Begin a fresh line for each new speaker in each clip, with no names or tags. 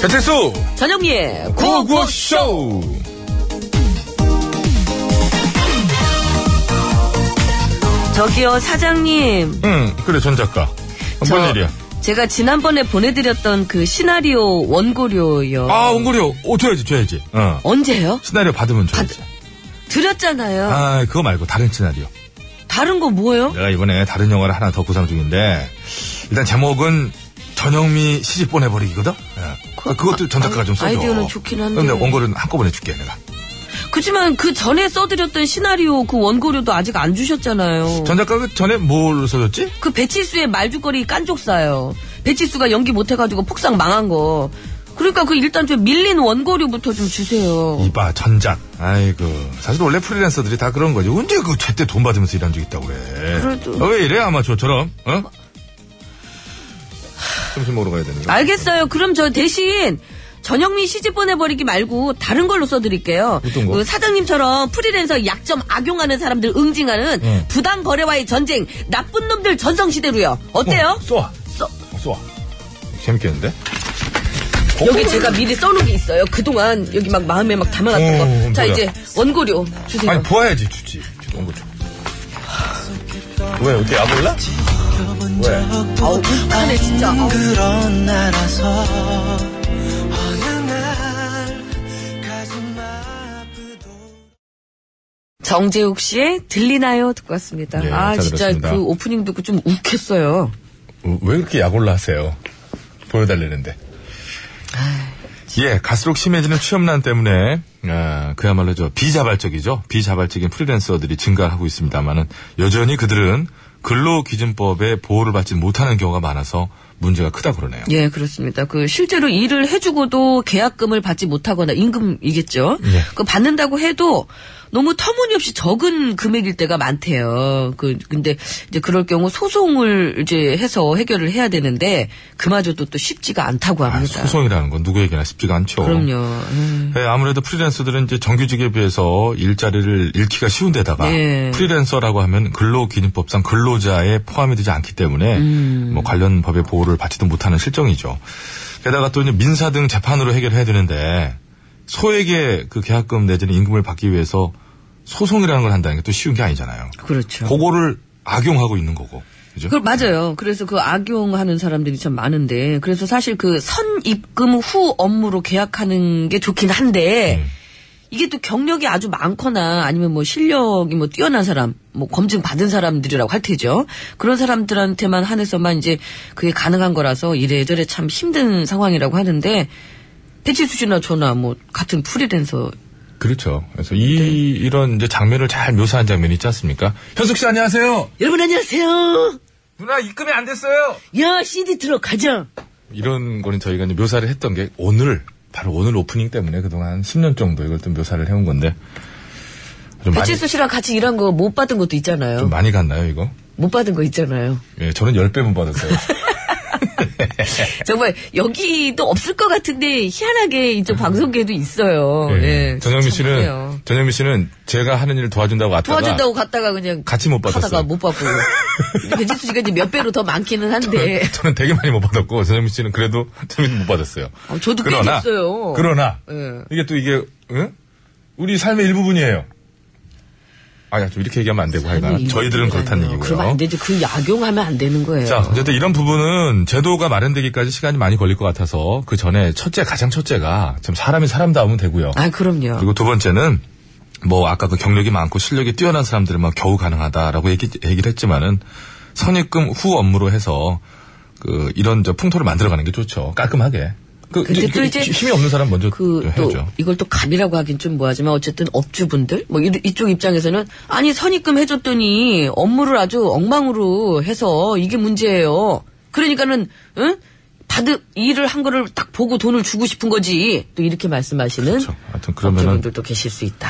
배칠수
전영미의
구구쇼
저기요 사장님
응 그래 전 작가
저
뭔 일이야
제가 지난번에 보내드렸던 그 시나리오 원고료요
아 원고료 어 줘야지 줘야지 어
언제요?
시나리오 받으면 줘야지
드렸잖아요
아 그거 말고 다른 시나리오
다른 거 뭐예요?
내가 이번에 다른 영화를 하나 더 구상 중인데 일단 제목은 전영미 시집 보내버리기거든 예.
그-
그것도 전 작가가
아,
좀 써줘
아이디어는 좋긴 한데.
근데 원고료는 한꺼번에 줄게 내가
그치만 그 전에 써드렸던 시나리오 그 원고료도 아직 안 주셨잖아요
전 작가가 전에 뭘 써줬지?
그 배치수의 말죽거리 깐족사요 배치수가 연기 못해가지고 폭삭 망한 거 그러니까 그 일단 좀 밀린 원고료부터 좀 주세요
이봐 전작 아이고 사실 원래 프리랜서들이 다 그런 거지 언제 그 제때 돈 받으면서 일한 적 있다고 그래
그래도- 뭐.
아, 왜 이래 아마추어처럼 어? 점심 먹으러 가야 되는데
알겠어요. 그럼 저 대신 전영미 시집 보내버리기 말고 다른 걸로 써드릴게요.
어떤 거?
그 사장님처럼 프리랜서 약점 악용하는 사람들 응징하는
응.
부당 거래와의 전쟁 나쁜 놈들 전성시대로요. 어때요?
쏘아
써-
쏘아 재밌겠는데? 어?
여기 제가 미리 써놓은 게 있어요. 그동안 여기 막 마음에 막 담아놨던 거.
어,
자
뭐야.
이제 원고료 주세요.
아니 부어야지 주지 저기 온거 좀. 왜 어떻게 안 올라? 왜?
아우 불편해 진짜. 아우.
그런 나라서 어느 날 가슴 아프도
정재욱 씨의 들리나요 듣고 왔습니다.
예,
아
잘
진짜
들었습니다.
그 오프닝 듣고 좀 욱했어요.
왜 그렇게 약 올라하세요? 보여달라는데. 예, 갈수록 심해지는 취업난 때문에 아, 그야말로 저 비자발적이죠. 비자발적인 프리랜서들이 증가하고 있습니다만은 여전히 그들은 근로기준법의 보호를 받지 못하는 경우가 많아서 문제가 크다 그러네요.
예, 그렇습니다. 그 실제로 일을 해주고도 계약금을 받지 못하거나 임금이겠죠.
예.
그 받는다고 해도 너무 터무니없이 적은 금액일 때가 많대요. 그 근데 이제 그럴 경우 소송을 이제 해서 해결을 해야 되는데 그마저도 또 쉽지가 않다고
아,
합니다.
소송이라는 건 누구에게나 쉽지가 않죠.
그럼요. 음.
예, 아무래도 프리랜서들은 이제 정규직에 비해서 일자리를 잃기가 쉬운 데다가
예.
프리랜서라고 하면 근로기준법상 근로자에 포함이 되지 않기 때문에
음.
뭐 관련 법의 보호를 받지도 못하는 실정이죠. 게다가 또 이제 민사 등 재판으로 해결해야 되는데 소액의 그 계약금 내지는 임금을 받기 위해서 소송이라는 걸 한다는 게 또 쉬운 게 아니잖아요.
그렇죠.
그거를 악용하고 있는 거고. 그죠?
그 맞아요. 그래서 그 악용하는 사람들이 참 많은데 그래서 사실 그 선 입금 후 업무로 계약하는 게 좋긴 한데
음.
이게 또 경력이 아주 많거나 아니면 뭐 실력이 뭐 뛰어난 사람, 뭐 검증 받은 사람들이라고 할 테죠. 그런 사람들한테만 한해서만 이제 그게 가능한 거라서 이래저래 참 힘든 상황이라고 하는데 배치수 씨나 저나 뭐 같은 프리랜서
그렇죠. 그래서 이
네.
이런 이제 장면을 잘 묘사한 장면이 있지 않습니까? 현숙 씨 안녕하세요.
여러분 안녕하세요.
누나 입금이 안 됐어요.
야 CD 들어가자.
이런 거는 저희가 이제 묘사를 했던 게 오늘 바로 오늘 오프닝 때문에 그동안 10년 정도 이걸 좀 묘사를 해온 건데 좀 많이
배치수 씨랑 같이 일한 거 못 받은 것도 있잖아요.
좀 많이 갔나요 이거?
못 받은 거 있잖아요.
예, 저는 10배만 받았어요.
정말 여기도 없을 것 같은데 희한하게 이쪽 방송계도 있어요.
예.
예,
음. 전영미
참 그래요.
씨는 전영미 씨는 제가 하는 일을 도와준다고 왔다가
도와준다고 갔다가 그냥
같이 못 받았어.
하다가 못 받고 배지수 씨가 이제 몇 배로 더 많기는 한데
저는 되게 많이 못 받았고 전영미 씨는 그래도 재미도 못 받았어요.
어, 저도 꽤 됐어요.
그러나
예.
이게 또 이게 응? 우리 삶의 일부분이에요. 아야 좀 이렇게 얘기하면 안 되고 하여간 저희들은 그렇다는 얘기고요.
그러면 안 되지. 그 약용하면 안 되는 거예요.
자, 어쨌든 이런 부분은 제도가 마련되기까지 시간이 많이 걸릴 것 같아서 그 전에 첫째, 가장 첫째가 좀 사람이 사람다우면 되고요.
아 그럼요.
그리고 두 번째는 뭐 아까 그 경력이 많고 실력이 뛰어난 사람들만 겨우 가능하다라고 얘기, 얘기를 했지만은 선입금 후 업무로 해서 그 이런 저 풍토를 만들어가는 게 좋죠. 깔끔하게. 그
근데 또
그
이제
힘이 없는 사람 먼저
그 또
해야죠.
이걸 또 갑이라고 하긴 좀 뭐하지만 어쨌든 업주분들 뭐 이- 이쪽 입장에서는 아니 선입금 해줬더니 업무를 아주 엉망으로 해서 이게 문제예요. 그러니까는 응? 받은 일을 한 거를 딱 보고 돈을 주고 싶은 거지. 또 이렇게 말씀하시는
그렇죠. 하여튼 그러면은-
업주분들도 계실 수 있다.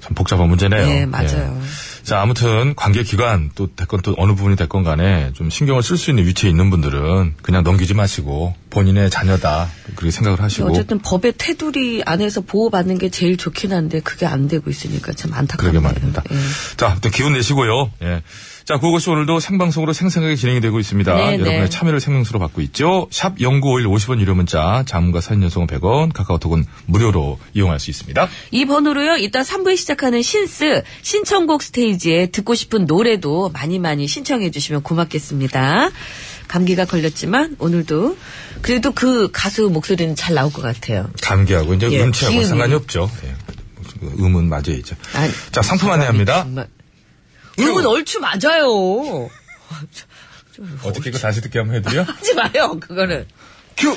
참 복잡한 문제네요.
네, 맞아요.
예. 자, 아무튼 관계 기관 또 됐건 또 어느 부분이 됐건 간에 좀 신경을 쓸 수 있는 위치에 있는 분들은 그냥 넘기지 마시고 본인의 자녀다 그렇게 생각을 하시고
어쨌든 법의 테두리 안에서 보호받는 게 제일 좋긴 한데 그게 안 되고 있으니까 참 안타깝네요.
그러게 말입니다.
예.
자, 아무튼 기운 내시고요. 예. 자, 그것이 오늘도 생방송으로 생생하게 진행이 되고 있습니다.
네,
여러분의
네.
참여를 생명수로 받고 있죠. 샵 0951 50원 유료 문자, 자문과 사연 연속은 100원, 카카오톡은 무료로 이용할 수 있습니다.
이 번호로요, 이따 3부에 시작하는 신스, 신청곡 스테이지에 듣고 싶은 노래도 많이 많이 신청해주시면 고맙겠습니다. 감기가 걸렸지만, 오늘도. 그래도 그 가수 목소리는 잘 나올 것 같아요.
감기하고 이제
예,
음치하고
기음이.
상관이 없죠. 예. 음은 맞아야죠.
아니,
자, 상품
사람이
안내합니다.
정말. 음은 얼추 맞아요.
어떻게 이거 다시 듣게 한번 해드려?
하지 마요, 그거는.
큐!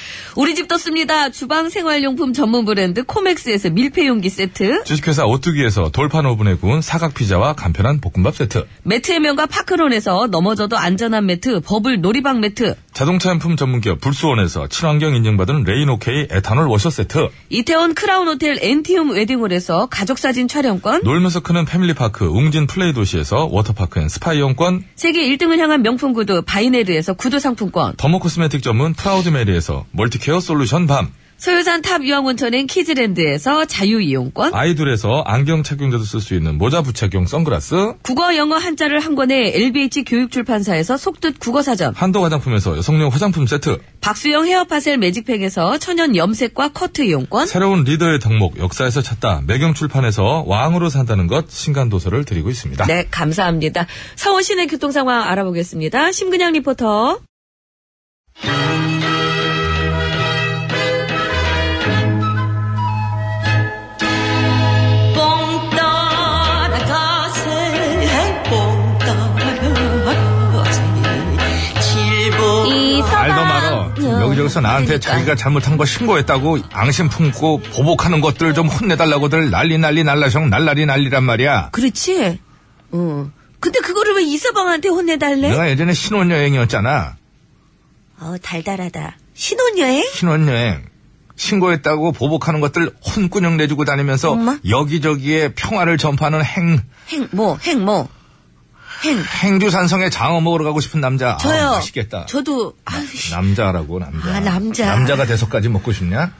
우리 집도 씁니다. 주방 생활용품 전문 브랜드 코맥스에서 밀폐용기 세트,
주식회사 오뚜기에서 돌판 오븐에 구운 사각피자와 간편한 볶음밥 세트.
매트의 명가 파크론에서 넘어져도 안전한 매트, 버블 놀이방 매트,
자동차 용품 전문기업 불수원에서 친환경 인증받은 레인오케이 에탄올 워셔 세트.
이태원 크라운 호텔 엔티움 웨딩홀에서 가족사진 촬영권,
놀면서 크는 패밀리파크 웅진 플레이 도시에서 워터파크 앤 스파 이용권.
세계 1등을 향한 명품 구두 바이네르에서 구두 상품권,
더모코스메틱 전문 프라우드메리에서 멀티케어 솔루션 밤.
소유산 탑 유황온천인 키즈랜드에서 자유이용권,
아이돌에서 안경 착용자도 쓸 수 있는 모자 부착용 선글라스.
국어 영어 한자를 한 권에 LBH 교육출판사에서 속뜻 국어사전,
한도 화장품에서 여성용 화장품 세트.
박수영 헤어파셀 매직팩에서 천연 염색과 커트 이용권,
새로운 리더의 덕목 역사에서 찾다 매경 출판에서 왕으로 산다는 것 신간 도서를 드리고 있습니다.
네, 감사합니다. 서울 시내 교통 상황 알아보겠습니다. 심근양 리포터.
알도 아, 말어. 지금 여기저기서 나한테
그러니까.
자기가 잘못한 거 신고했다고 앙심 품고 보복하는 것들 좀 혼내달라고들 난리 난리 날라성 날라리 난리란 말이야.
그렇지. 응. 근데 그거를 왜 이서방한테 혼내달래?
내가 예전에 신혼여행이었잖아.
어, 달달하다. 신혼여행?
신혼여행. 신고했다고 보복하는 것들 혼꾸녕 내주고 다니면서
엄마?
여기저기에 평화를 전파하는 행,
행, 뭐, 행, 뭐. 행.
행주산성에 장어 먹으러 가고 싶은 남자. 아우,
저요.
맛있겠다.
저도, 아유, 씨.
남자라고, 남자.
아, 남자.
남자가 돼서까지 먹고 싶냐?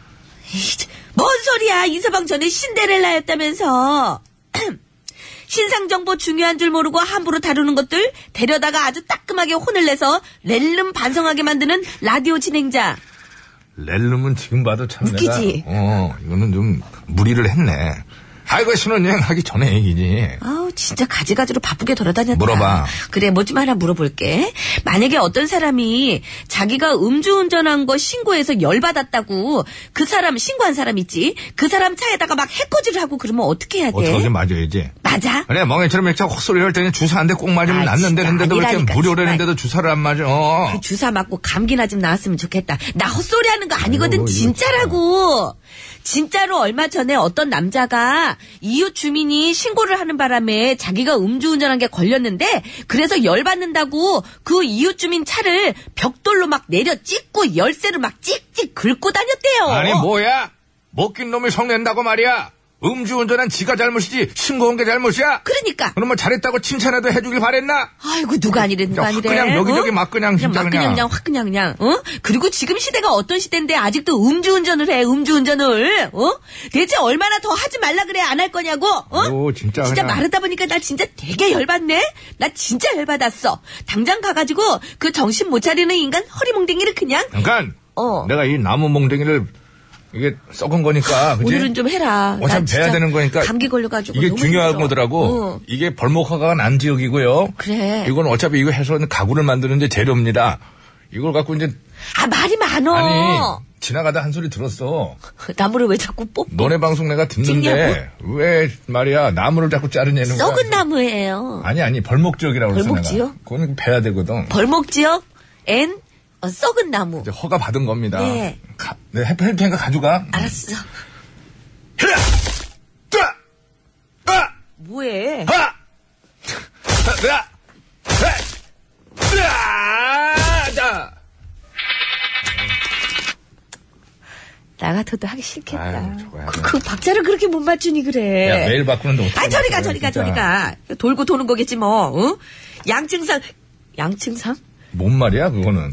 에이, 참. 뭔 소리야. 이서방 전에 신데렐라였다면서. 신상정보 중요한 줄 모르고 함부로 다루는 것들 데려다가 아주 따끔하게 혼을 내서 렐름 반성하게 만드는 라디오 진행자.
렐름은 지금 봐도 참
웃기지?
내가, 어, 이거는 좀 무리를 했네. 아이고, 신혼여행 하기 전에 얘기지.
아우 진짜 가지가지로 바쁘게 돌아다녔다.
물어봐.
그래 뭐 좀 하나 물어볼게. 만약에 어떤 사람이 자기가 음주운전한 거 신고해서 열받았다고 그 사람 신고한 사람 있지? 그 사람 차에다가 막 해코지를 하고 그러면 어떻게 해야 돼?
어떻게 좀뭐 맞아야지.
맞아?
그래, 멍해처럼 이렇게 헛소리 할 때는 주사 한 대 꼭 맞으면
아,
낫는데,
진짜
근데도 이렇게
아니라니까,
무료로
정말.
했는데도 주사를 안 맞아. 어.
그 주사 맞고 감기나 좀 나았으면 좋겠다. 나 헛소리 하는 거
아이고,
아니거든.
이거
진짜라고. 진짜로 얼마 전에 어떤 남자가 이웃 주민이 신고를 하는 바람에 자기가 음주운전한 게 걸렸는데 그래서 열받는다고 그 이웃 주민 차를 벽돌로 막 내려 찍고 열쇠를 막 찍찍 긁고 다녔대요.
아니 뭐야? 먹긴 놈이 성낸다고 말이야. 음주운전은 지가 잘못이지 신고한 게 잘못이야.
그러니까
그럼 뭐 잘했다고 칭찬해도 해주길 바랬나?
아이고 누가 아니래 누가
확
아니래
그냥 여기저기 막 그냥 진짜
막 그냥
그냥.
그냥 확 그냥 그냥 어 그리고 지금 시대가 어떤 시대인데 아직도 음주운전을 해 음주운전을 어 대체 얼마나 더 하지 말라 그래 안 할 거냐고 어
오, 진짜
진짜
그냥.
마르다 보니까 나 진짜 되게 열받네 나 진짜 열받았어 당장 가가지고 그 정신 못 차리는 인간 허리몽댕이를 그냥
잠깐.
어.
내가 이 나무 몽댕이를 이게 썩은 거니까. 그치?
오늘은 좀 해라 아, 나
어차피
진짜
돼야 되는 거니까.
감기 걸려가지고
이게
너무
중요한
힘들어.
거더라고.
어.
이게 벌목화가 난 지역이고요.
그래.
이건 어차피 이거 해서는 가구를 만드는 이제 재료입니다. 이걸 갖고 이제
아 말이 많어
아니 지나가다 한 소리 들었어.
나무를 왜 자꾸 뽑
너네 방송 내가 듣는데 왜 말이야 나무를 자꾸 자르냐는 거야.
썩은 나무예요
아니 아니 벌목지역이라고 그랬어
벌목지역?
내가. 그건 베야 되거든.
벌목지역 앤 어, 썩은 나무.
이제 허가 받은 겁니다.
네. 아.
가, 네 해피할 테니까 가져가.
알았어.
히라! 뜨아! 뜨아!
뭐해?
하! 하! 뜨아! 하! 뜨아! 자!
나 같아도 하기 싫겠다.
아유, 저거야.
그, 그 박자를 그렇게 못 맞추니 그래.
야 매일 바꾸는데 어떻게?
네. 아 저리 가 저리 가 저리 가. 돌고 도는 거겠지 뭐. 응? 양증상 양증상?
뭔 말이야 그거는?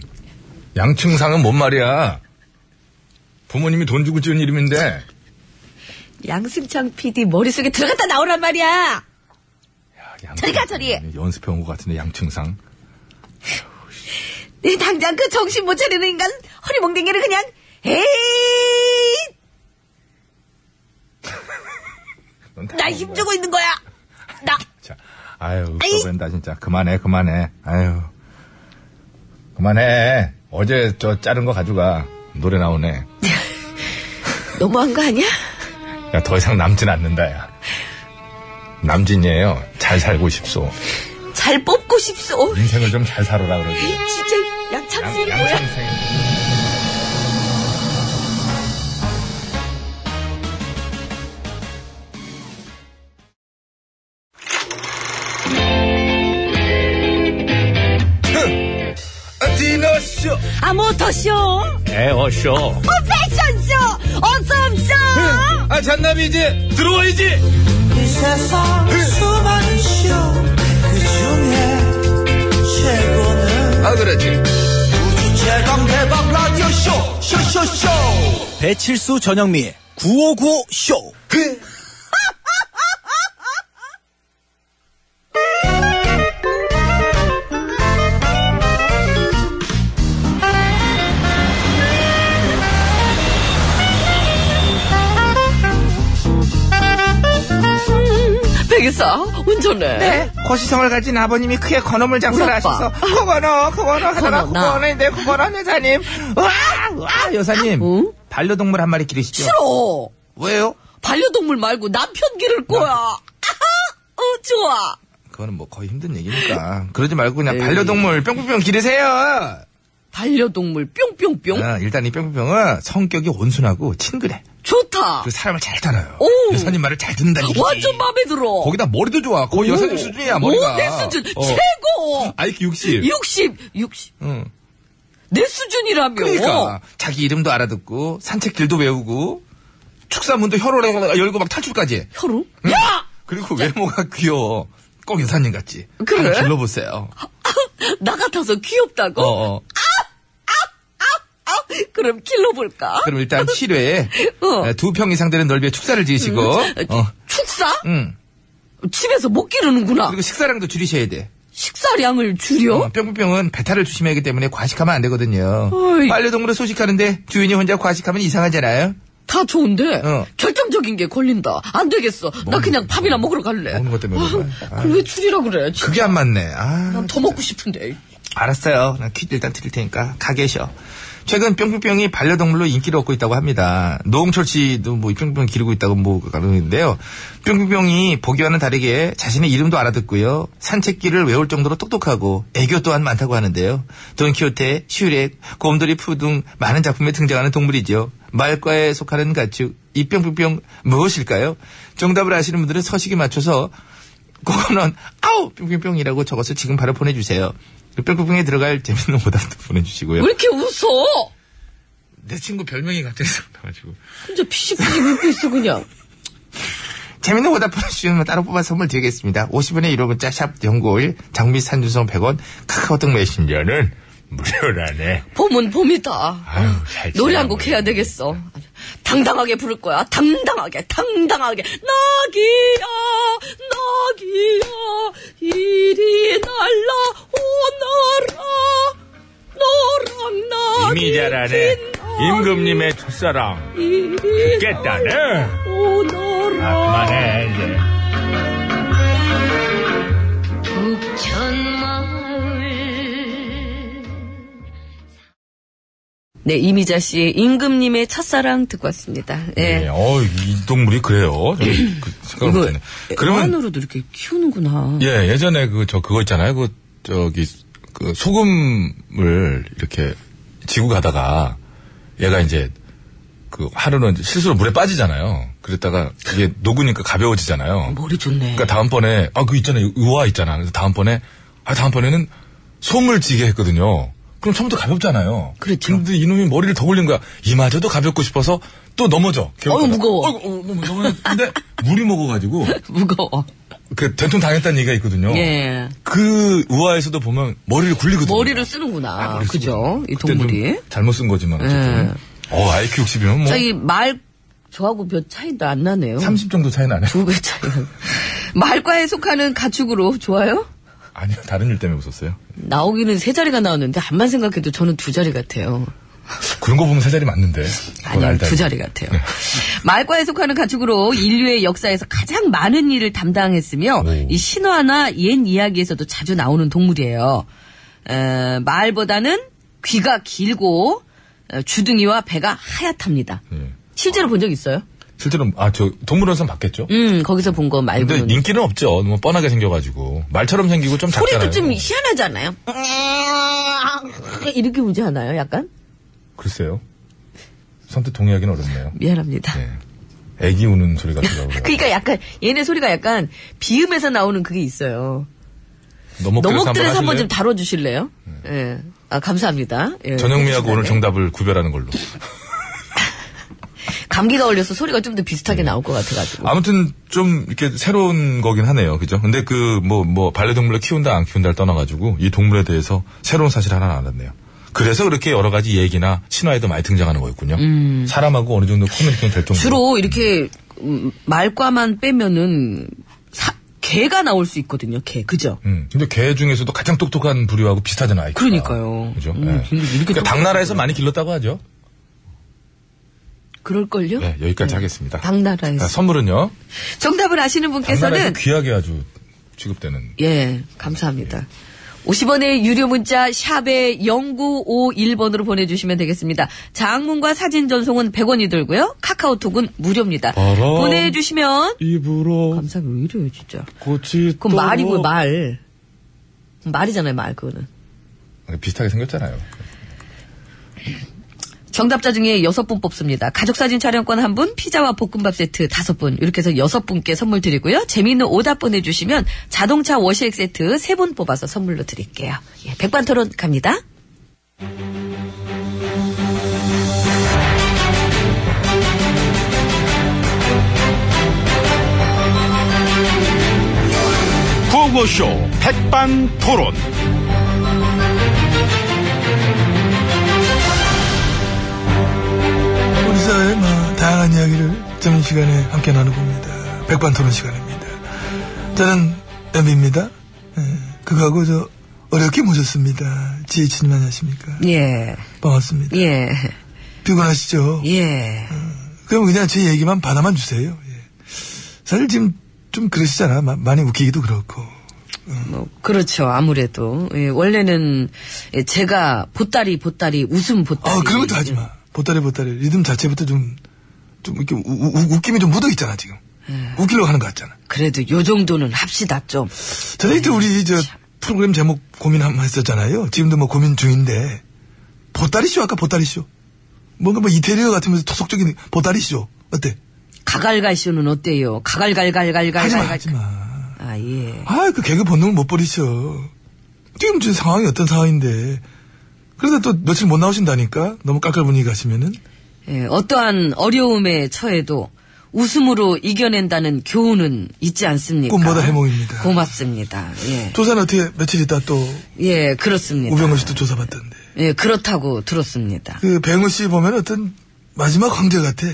양층상은 뭔 말이야? 부모님이 돈 주고 지은 이름인데
양승창 PD 머릿속에 들어갔다 나오란 말이야.
아, 양-
저리 가, 저리.
연습해 온 것 같은데 양층상.
네 당장 그 정신 못 차리는 인간 허리몽댕이를 그냥 에이
넌
나
다 먹은 거야.
힘주고 있는 거야 나
자, 아유,
아이.
웃어버린다, 진짜. 그만해, 그만해. 아유. 그만해. 어제 저 자른 거 가져가. 노래 나오네.
너무한 거 아니야?
야, 더 이상 남진 않는다, 야. 남진이에요. 잘 살고 싶소.
잘 뽑고 싶소
네.
인생을 좀 잘 살아라 그러지.
에이, 진짜 양창생이
양-
뭐야
양창생. 아, 디너쇼
아 모터쇼 어,
에어쇼
패션쇼 어썸쇼
아 잔남이 이제 들어와야지
이 세상
네.
수많은 쇼그 중에 최고는
아 그렇지
우주 최강 대박 라디오 쇼 쇼쇼쇼 배칠수 전영미 9595 쇼.
네,
백이사 운전해
고시성을 가진 아버님이 크게 건어물 장사를
우리 아빠.
하셔서 코건어 코건어 하다가
건어, 나.
코건어인데 코건어 여사님 와와 여사님
응?
반려동물 한 마리 기르시죠
싫어
왜요?
반려동물 말고 남편 기를 거야 아하 어 좋아
그거는 뭐 거의 힘든 얘기니까 그러지 말고 그냥
에이.
반려동물 뿅뿅뿅 기르세요
반려동물 뿅뿅뿅
어, 일단 이 뿅뿅뿅은 성격이 온순하고 친근해
좋다
그리고 사람을 잘 따라요
오. 그
여사님 말을 잘 듣는다니
완전 마음에 들어
거기다 머리도 좋아 거의 여사님 수준이야 머리가
오, 내 수준
어.
최고
IQ 60
60 60
응.
내 수준이라며 어.
그러니까 자기 이름도 알아듣고 산책길도 외우고 축사문도 혀로 열고 막 탈출까지
혀로 야
그리고 외모가 귀여워 꼭 여사님 같지
그래?
한번 길러보세요
나 같아서 귀엽다고
어, 어.
아, 그럼 길러볼까
그럼 일단 7회에
어. 음,
두 평 이상 되는 넓이의 축사를 지으시고 어.
축사
응.
집에서 못 기르는구나
그리고 식사량도 줄이셔야 돼
식사량을 줄여
어, 뿅뿅뿅은 배탈을 조심해야 하기 때문에 과식하면 안 되거든요
어이.
반려동물을 소식하는데 주인이 혼자 과식하면 이상하잖아요
다 좋은데
어.
결정적인 게 걸린다 안 되겠어 나 그냥 밥이나 먹으러 갈래
먹는 것 때문에 그런 거야?
아, 그걸 왜 줄이라 그래
그게 그- 안 맞네 아,
난 더 먹고 싶은데
알았어요. 난 퀴즈 일단 드릴 테니까 가 계셔. 최근 뿅뿅뿅이 반려동물로 인기를 얻고 있다고 합니다. 노홍철 씨도 뭐 뿅뿅뿅 기르고 있다고 뭐 그러는데요. 뿅뿅뿅이 보기와는 다르게 자신의 이름도 알아듣고요. 산책길을 외울 정도로 똑똑하고 애교 또한 많다고 하는데요. 돈키호테, 슈렉, 곰돌이 푸 등 많은 작품에 등장하는 동물이죠. 말과에 속하는 가축, 이 뿅뿅뿅 무엇일까요? 정답을 아시는 분들은 서식에 맞춰서 그거는 아우 뿅뿅뿅이라고 적어서 지금 바로 보내주세요. 그 뿅뿅뿅에 들어갈 재밌는 오답도 보내주시고요.
왜 이렇게 웃어
내 친구 별명이 갑자기 생각나가지고
혼자 피식피식 웃고 있어 그냥
재밌는 오답 보내주시면 따로 뽑아 선물 드리겠습니다. 50원의 1호 문자 샵 연구일 장미 산주성 100원 카카오톡 메신저는 무료라네.
봄은 봄이다.
아유, 잘
노래 한
지내고
곡 해야 되겠어. 당당하게 부를 거야. 당당하게, 당당하게. 낙이야, 낙이야, 이리 날라오너라. 너랑 나.
이미 잘하네 임금님의 첫사랑 깼다네
오너라.
아 그만해 이제
네, 이미자 씨의 임금님의 첫사랑 듣고 왔습니다. 예.
네, 어, 이 동물이 그래요. 저는 그 생각을
음. 이거 뭐
못했네. 그러면
애완으로도 이렇게 키우는구나.
예 예전에 그 저 그거 있잖아요. 그 저기 그 소금을 이렇게 지고 가다가 얘가 이제 그 하루는 이제 실수로 물에 빠지잖아요. 그랬다가 이게 녹으니까 가벼워지잖아요.
머리 좋네.
그러니까 다음번에 아 그 있잖아요. 의화 있잖아. 그래서 다음번에 아 다음번에는 솜을 지게 했거든요. 그럼 처음부터 가볍잖아요.
그렇죠.
근데 이놈이 머리를 더 올린 거야. 이마저도 가볍고 싶어서 또 넘어져.
어우, 무거워.
어이구, 어이구, 너무 넘어져. 근데 물이 먹어가지고
무거워.
그 된통 당했다는 얘기가 있거든요.
예.
그 우화에서도 보면 머리를 굴리거든요.
머리를 쓰는구나.
머리를
그죠?
쓰거든요.
이
아, 그땐 좀뭐
동물이.
잘못 쓴 거지만 어쨌든.
예.
어 IQ 60이면 뭐
자기 말 저하고 몇 차이도 안 나네요.
30 정도 차이 나네.
두 배 차이. 말과에 속하는 가축으로 좋아요?
아니요, 다른 일 때문에 웃었어요.
나오기는 세 자리가 나왔는데 앞만 생각해도 저는 두 자리 같아요.
그런 거 보면 세 자리 맞는데.
아니요, 두 자리 같아요. 말과에 속하는 가축으로 인류의 역사에서 가장 많은 일을 담당했으며
오.
이 신화나 옛 이야기에서도 자주 나오는 동물이에요. 에, 말보다는 귀가 길고 어, 주둥이와 배가 하얗답니다.
예.
실제로 본 적 있어요?
실제로, 아, 저, 동물원선 봤겠죠?
음, 거기서 본 거
근데
말고는
인기는 없죠. 너무 뻔하게 생겨가지고. 말처럼 생기고 좀 작잖아요.
소리도 좀 희한하지 않아요? 이렇게 울지 않아요? 약간
글쎄요. 선뜻 동의하기는 어렵네요.
미안합니다.
예. 애기 우는 소리 같더라고요.
그러니까 약간 얘네 소리가 약간 비음에서 나오는 그게 있어요.
어,
너목들에서 한번 좀 다뤄주실래요? 예. 아 감사합니다. 예,
전영미하고 오늘
해주시다네.
정답을 구별하는 걸로.
감기가 걸려서 소리가 좀 더 비슷하게 나올 것 같아가지고.
네. 아무튼 좀 이렇게 새로운 거긴 하네요. 그죠? 근데 그 뭐 뭐 반려동물을 키운다 안 키운다를 떠나가지고 이 동물에 대해서 새로운 사실 하나 알았네요. 그래서 그렇게 여러 가지 얘기나 신화에도 많이 등장하는 거였군요. 사람하고 어느 정도 커뮤니케이션 될
음.
정도로.
주로 이렇게 음, 말과만 빼면은 사- 개가 나올 수 있거든요. 개 그죠?
음. 근데 개 중에서도 가장 똑똑한 부류하고 비슷하잖아요. IQ 가.
그러니까요.
그죠?
음,
예.
근데 이렇게
그러니까 당나라에서 많이 길렀다고 하죠.
그럴 걸요?
네, 여기까지
음.
하겠습니다.
당나라에서
자, 선물은요.
정답을 아시는
당나라에서
분께서는
귀하게 아주 취급되는.
예, 감사합니다. 50원의 유료 문자 샵에 0951번으로 보내주시면 되겠습니다. 장문과 사진 전송은 100원이 들고요. 카카오톡은 무료입니다.
바람.
보내주시면
입으로
감사합니다. 왜 이래요 진짜.
꽃이
그건 말이고 말. 말이잖아요 말 그거는.
비슷하게 생겼잖아요.
정답자 중에 여섯 분 뽑습니다. 가족사진 촬영권 한 분, 피자와 볶음밥 세트 다섯 분, 이렇게 해서 여섯 분께 선물 드리고요. 재미있는 오답 보내주시면 자동차 워시액 세트 세 분 뽑아서 선물로 드릴게요. 예, 백반 토론 갑니다.
구호쇼 백반 토론.
우리 사회의 막 다양한 이야기를 점심시간에 함께 나눠봅니다. 백반토론 시간입니다. 저는 MB입니다. 예, 그거하고 저 어렵게 모셨습니다. 지혜진님 안녕하십니까?
예,
반갑습니다.
예,
피곤하시죠?
예.
그럼 그냥 제 얘기만 받아만 주세요. 예. 사실 지금 좀 그러시잖아. 마- 많이 웃기기도 그렇고.
뭐, 그렇죠. 아무래도. 예, 원래는 예, 제가 보따리, 보따리, 웃음 보따리.
아, 그런 것도
예.
하지 마. 보따리 보따리 리듬 자체부터 좀, 좀 이렇게 우- 우- 웃김이 좀 묻어 있잖아, 지금. 웃기려고 하는 것 같잖아.
그래도 요 정도는 합시다, 좀.
전에 이때 우리 저 프로그램 제목 고민 한 번 했었잖아요. 지금도 뭐 고민 중인데 보따리쇼 아까 보따리쇼 뭔가 뭐 이태리어 같으면서 토속적인 보따리쇼 어때?
가갈갈쇼는 어때요? 가갈갈갈갈갈갈.
하지마 하지마.
아, 예.
아 그 개그 본능을 못 버리셔. 지금 지금 상황이 어떤 상황인데 그래서 또 며칠 못 나오신다니까 너무 깔깔분위기 가시면은
예, 어떠한 어려움에 처해도 웃음으로 이겨낸다는 교훈은 있지 않습니까?
꿈보다 해몽입니다.
고맙습니다. 예.
조사는 어떻게 며칠 있다 또
예, 그렇습니다.
우병우 씨도 조사받던데
예, 그렇다고 들었습니다.
그 배영우 씨 보면 어떤 마지막 황제 같아.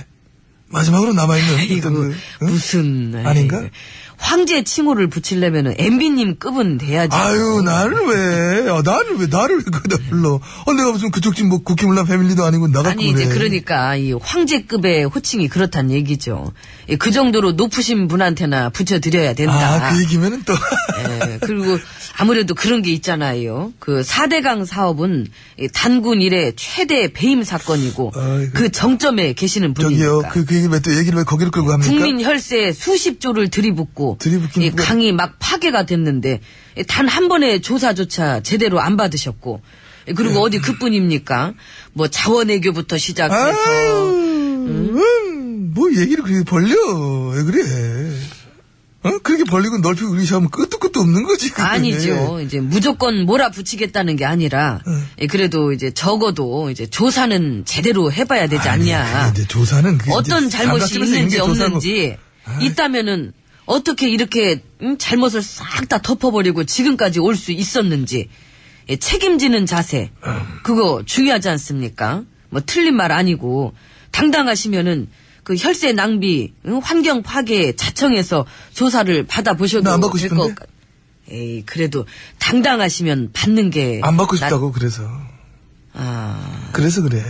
마지막으로 남아있는
이거
어떤 그, 응?
무슨
아닌가?
아이, 황제 칭호를 붙이려면은 MB님 급은 돼야지.
아유, 나를 왜, 아, 나를 왜, 나를 왜 거기다 불러. 어, 내가 무슨 그쪽 집 뭐, 국기문란 패밀리도 아니고 나갔고
아니 이제 그러니까 이 황제급의 호칭이 그렇단 얘기죠. 예, 그 정도로 높으신 분한테나 붙여드려야 된다.
아, 그 얘기면은 또.
예, 그리고 아무래도 그런 게 있잖아요. 그 4대강 사업은 이 단군 이래 최대 배임 사건이고
아이고.
그 정점에 계시는
저기요,
분이니까.
그, 그 얘기 왜 또 얘기를 왜 거기를 끌고 갑니까?
그러니까. 국민 혈세에 수십 조를 들이붓고
들이붓긴
이
누가-
강이 막 파괴가 됐는데 단 한 번의 조사조차 제대로 안 받으셨고
예.
그리고 어디 그뿐입니까? 뭐 자원외교부터
아유,
시작해서
음, 뭐 얘기를 그렇게 벌려. 왜 그래. 어? 그렇게 벌리고 넓히고 의시하면 끝도 끝도 없는 거지. 그게.
아니죠.
네.
이제 무조건 몰아붙이겠다는 게 아니라 예, 그래도 이제 적어도 이제 조사는 제대로 해봐야 되지
아니,
않냐.
그게 이제 조사는 그게
어떤
이제
잘못이
삼각집에서 있는 게
있는지
조사고. 아.
없는지 있다면은 어떻게 이렇게 음, 잘못을 싹 다 덮어버리고 지금까지 올 수 있었는지 예, 책임지는 자세 그거 중요하지 않습니까? 뭐 틀린 말 아니고 당당하시면은 그 혈세 낭비, 응? 환경 파괴 자청해서 조사를 받아 보셔도
나안 받고 싶은데?
에이 그래도 당당하시면 받는 게
안 받고
나-
싶다고 그래서
아
그래서 그래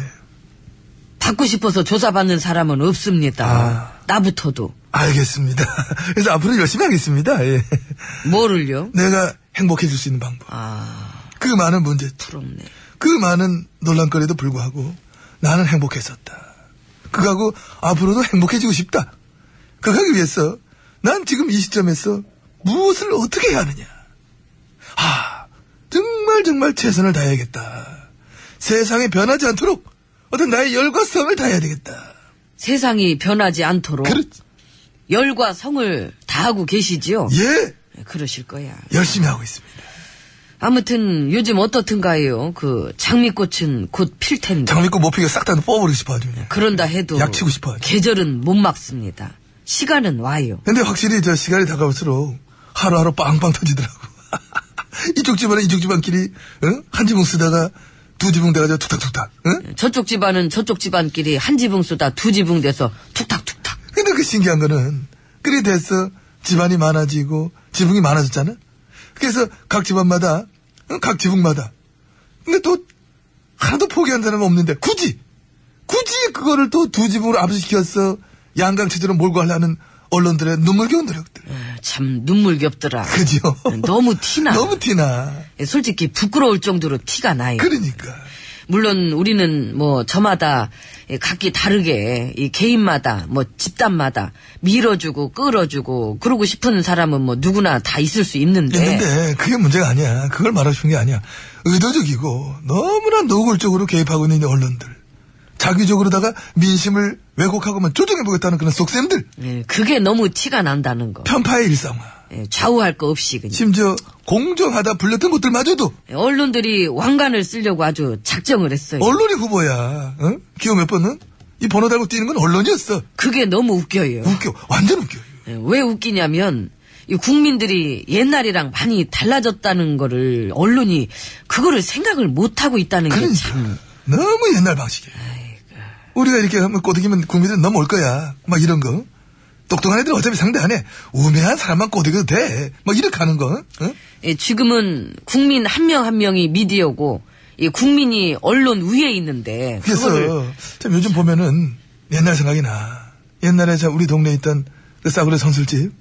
받고 싶어서 조사받는 사람은 없습니다.
아.
나부터도
알겠습니다 그래서 앞으로 열심히 하겠습니다 예.
뭐를요?
내가 행복해질 수 있는 방법
아
그 많은 문제
부럽네.
그 많은 논란거리에도 불구하고 나는 행복했었다 그거하고 앞으로도 행복해지고 싶다 그하기 위해서 난 지금 이 시점에서 무엇을 어떻게 해야 하느냐 아 정말 정말 최선을 다해야겠다 세상에 변하지 않도록 어떤 나의 열과 성을 다해야 되겠다
세상이 변하지 않도록
그렇지.
열과 성을 다하고 계시지요? 네,
예
그러실 거야.
열심히 하고 있습니다.
아무튼 요즘 어떻든가요. 그 장미꽃은 곧 필 텐데.
장미꽃 못 피게 싹 다 뽑아버리고 싶어 아주 그냥.
그런다 해도
약치고 싶어요.
계절은 못 막습니다. 시간은 와요.
근데 확실히 저 시간이 다가올수록 하루하루 빵빵 터지더라고. 이쪽 집안은 이쪽 집안끼리 응? 한 지붕 쓰다가 두 지붕 돼가지고 툭탁툭탁. 어? 응?
저쪽 집안은 저쪽 집안끼리 한 지붕 쏘다 두 지붕 돼서 툭탁툭탁.
근데 그 신기한 거는 그래 돼서 집안이 많아지고 지붕이 많아졌잖아. 그래서 각 집안마다 응? 각 지붕마다. 근데 또 하나도 포기한 사람은 없는데 굳이 굳이 그거를 또 두 지붕으로 압수시켜서 양강체제로 몰고 하려는 언론들의 눈물겨운 노력들.
아, 참 눈물겹더라.
그죠?
너무 티나. 예.
너무 티나.
솔직히 부끄러울 정도로 티가 나요.
그러니까.
물론 우리는 뭐 저마다 각기 다르게 이 개인마다 뭐 집단마다 밀어주고 끌어주고 그러고 싶은 사람은 뭐 누구나 다 있을 수 있는데
있는데 그게 문제가 아니야. 그걸 말하고 싶은 게 아니야. 의도적이고 너무나 노골적으로 개입하고 있는 이 언론들. 자기적으로다가 민심을 왜곡하고만 조정해보겠다는 그런 속셈들.
예, 그게 너무 티가 난다는 거
편파의 일상화.
예, 좌우할 거 없이 그냥
심지어 공정하다 불렸던 것들마저도
예, 언론들이 왕관을 쓰려고 아주 작정을 했어요
언론이 후보야. 응? 기호 몇 번은? 이 번호 달고 뛰는 건 언론이었어.
그게 너무 웃겨요
웃겨. 완전 웃겨.
예, 왜 웃기냐면 이 국민들이 옛날이랑 많이 달라졌다는 거를 언론이 그거를 생각을 못하고 있다는
그러니까.
게참
너무 옛날 방식이에요. 우리가 이렇게 하면 꼬드기면 국민들은 넘어올 거야. 막 이런 거. 똑똑한 애들 은 어차피 상대 안 해. 우매한 사람만 꼬드겨도 돼. 막 이렇게 하는 거. 응?
예, 지금은 국민 한 명 한 명이 미디어고 이 국민이 언론 위에 있는데
그래서
그거를
참 요즘 보면은 옛날 생각이 나. 옛날에 참 우리 동네에 있던 그 싸구려 선술집.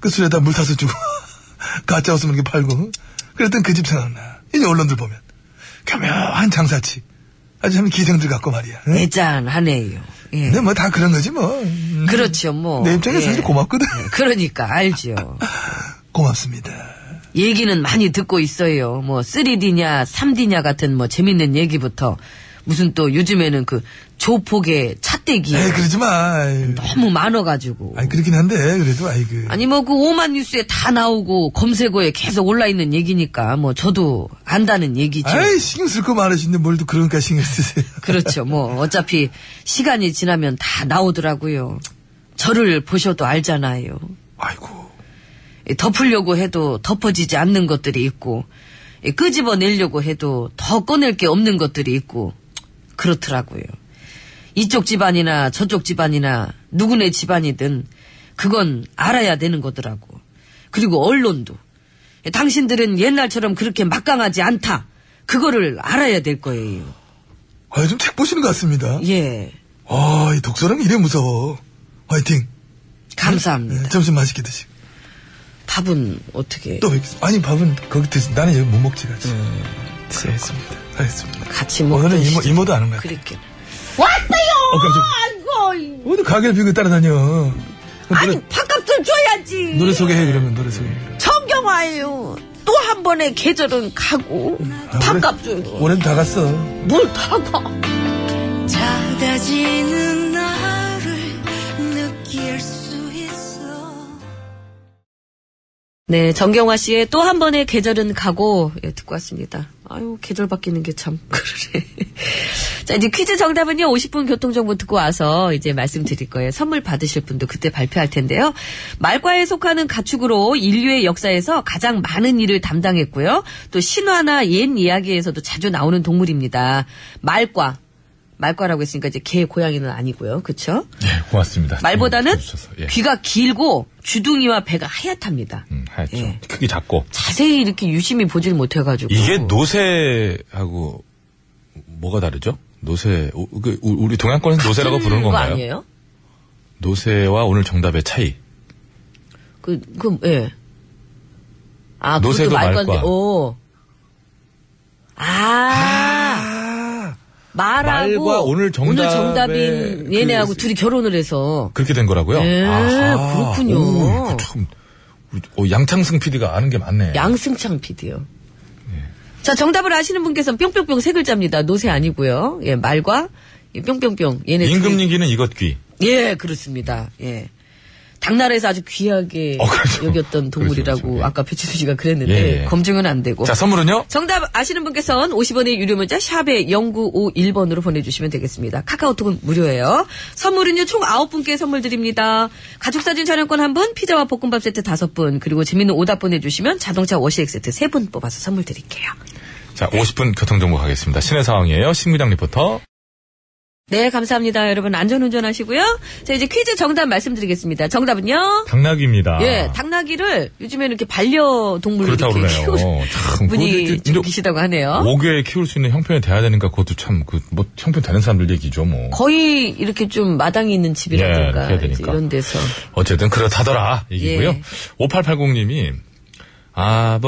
그 술에다 물 타서 주고 가짜 웃으면 이렇게 팔고 그랬던 그 집 생각나. 이제 언론들 보면 교묘한 장사치. 아주 참 기생들 같고 말이야.
네.
응?
애잔하네요. 예.
근데 뭐 다 그런 거지 뭐. 음.
그렇죠, 뭐.
내 입장에서
예.
사실 고맙거든.
그러니까 알죠.
고맙습니다.
얘기는 많이 듣고 있어요. 뭐 3D냐 3D냐 같은 뭐 재밌는 얘기부터 무슨 또 요즘에는 그 조폭의 찻대기
에이, 네, 그러지 마. 아이,
너무 많아가지고
그렇죠. 아이, 그렇긴 한데, 그래도, 아이, 그.
음, 네. 아니 뭐 그 오만 뉴스에 다 나오고 검색어에 계속 올라 있는 얘기니까 뭐 저도 안다는 얘기죠.
아이, 신경 쓸 거 많으신데 뭘 또 그런 까 신경 쓰세요.
그렇죠. 뭐 어차피 시간이 지나면 다 나오더라고요. 저를 보셔도 알잖아요.
아이고.
이 덮으려고 해도 덮어지지 않는 것들이 있고 이 끄집어내려고 해도 더 꺼낼 게 없는 것들이 있고 그렇더라고요. 이쪽 집안이나 저쪽 집안이나 누구네 집안이든 그건 알아야 되는 거더라고. 그리고 언론도 당신들은 옛날처럼 그렇게 막강하지 않다. 그거를 알아야 될 거예요.
아, 요즘 책 보시는 것 같습니다.
예.
아, 이 독서는 이래 무서워. 화이팅.
감사합니다.
네, 점심 맛있게 드시고.
밥은 어떻게
또 뵙겠습니다. 아니, 밥은 거기 드시 나는 여기 못 먹지, 같이.
음.
알겠습니다. 알겠습니다.
같이 먹
오늘은
던
이모, 이모도 아는 거야.
뭐 그렇게
어, 깜짝 어디 가게를 비고 따라다녀. 노래,
아니 밥값을 줘야지
노래 소개해, 그러면 노래 소개해.
정경화예요 또 한 번의 계절은 가고
아,
밥값
올해-
줘요
올해도 다 갔어.
뭘 다가
작아지는 나를 느낄 수 있어
네 정경화 씨의 또 한 번의 계절은 가고 예, 듣고 왔습니다 아유 계절 바뀌는 게 참 그러네 자 이제 퀴즈 정답은요 50분 교통정보 듣고 와서 이제 말씀드릴 거예요 선물 받으실 분도 그때 발표할 텐데요 말과에 속하는 가축으로 인류의 역사에서 가장 많은 일을 담당했고요 또 신화나 옛 이야기에서도 자주 나오는 동물입니다 말과 말과라고 했으니까 이제 개 고양이는 아니고요. 그쵸?
예, 고맙습니다.
말보다는
질문 주셔서. 예.
귀가 길고 주둥이와 배가 하얗답니다.
음, 하였죠.
예.
크기 작고.
자세히 이렇게 유심히 보질 못해가지고.
이게 노새하고 뭐가 다르죠? 노새, 우- 그, 우- 우리 동양권에서 노새라고
같은
부르는
거
건가요?
아니에요?
노새와 오늘 정답의 차이.
그, 그, 예. 아,
노새도
그것도 말과인데,
말과.
오. 아. 말하고.
말과 오늘 정답의
정답인 얘네하고
그-
둘이 결혼을 해서.
그렇게 된 거라고요?
예,
아하.
그렇군요.
오, 이거 참, 우리- 어, 양창승 PD가 아는 게 많네.
양승창 PD요.
예.
자, 정답을 아시는 분께서는 뿅뿅뿅 세 글자입니다. 노새 아니고요. 예, 말과 이 뿅뿅뿅. 얘네 둘이-
임금님기는 이것 귀.
예, 그렇습니다. 예. 당나라에서 아주 귀하게
어, 그렇죠.
여겼던 동물이라고
그렇죠, 그렇죠. 예.
아까 배치수 씨가 그랬는데
예, 예.
검증은 안 되고.
자, 선물은요?
정답 아시는 분께서는 50원의 유료 문자 샵에 0951번으로 보내주시면 되겠습니다. 카카오톡은 무료예요. 선물은요 총 9분께 선물 드립니다. 가족사진 촬영권 1분, 피자와 볶음밥 세트 5분, 그리고 재밌는 오답 보내주시면 자동차 워시액 세트 3분 뽑아서 선물 드릴게요.
자, 50분 교통정보 가겠습니다. 시내 상황이에요. 신미당 리포터.
네, 감사합니다. 여러분 안전운전 하시고요. 자, 이제 퀴즈 정답 말씀드리겠습니다. 정답은요?
당나귀입니다.
예, 당나귀를 요즘에 는 이렇게 반려동물로
아. 그렇다고
이렇게
그러네요.
키우는
참, 그거
분이
이제 이러-
좀 계시다고 하네요.
오교에 키울 수 있는 형편이 돼야 되니까 그것도 참, 그, 뭐, 형편 되는 사람들 얘기죠, 뭐.
거의 이렇게 좀 마당이 있는
예,
집이라든가
그래야
이제
되니까.
이런 데서
어쨌든 그렇다더라, 얘기고요.
예.
5880님이,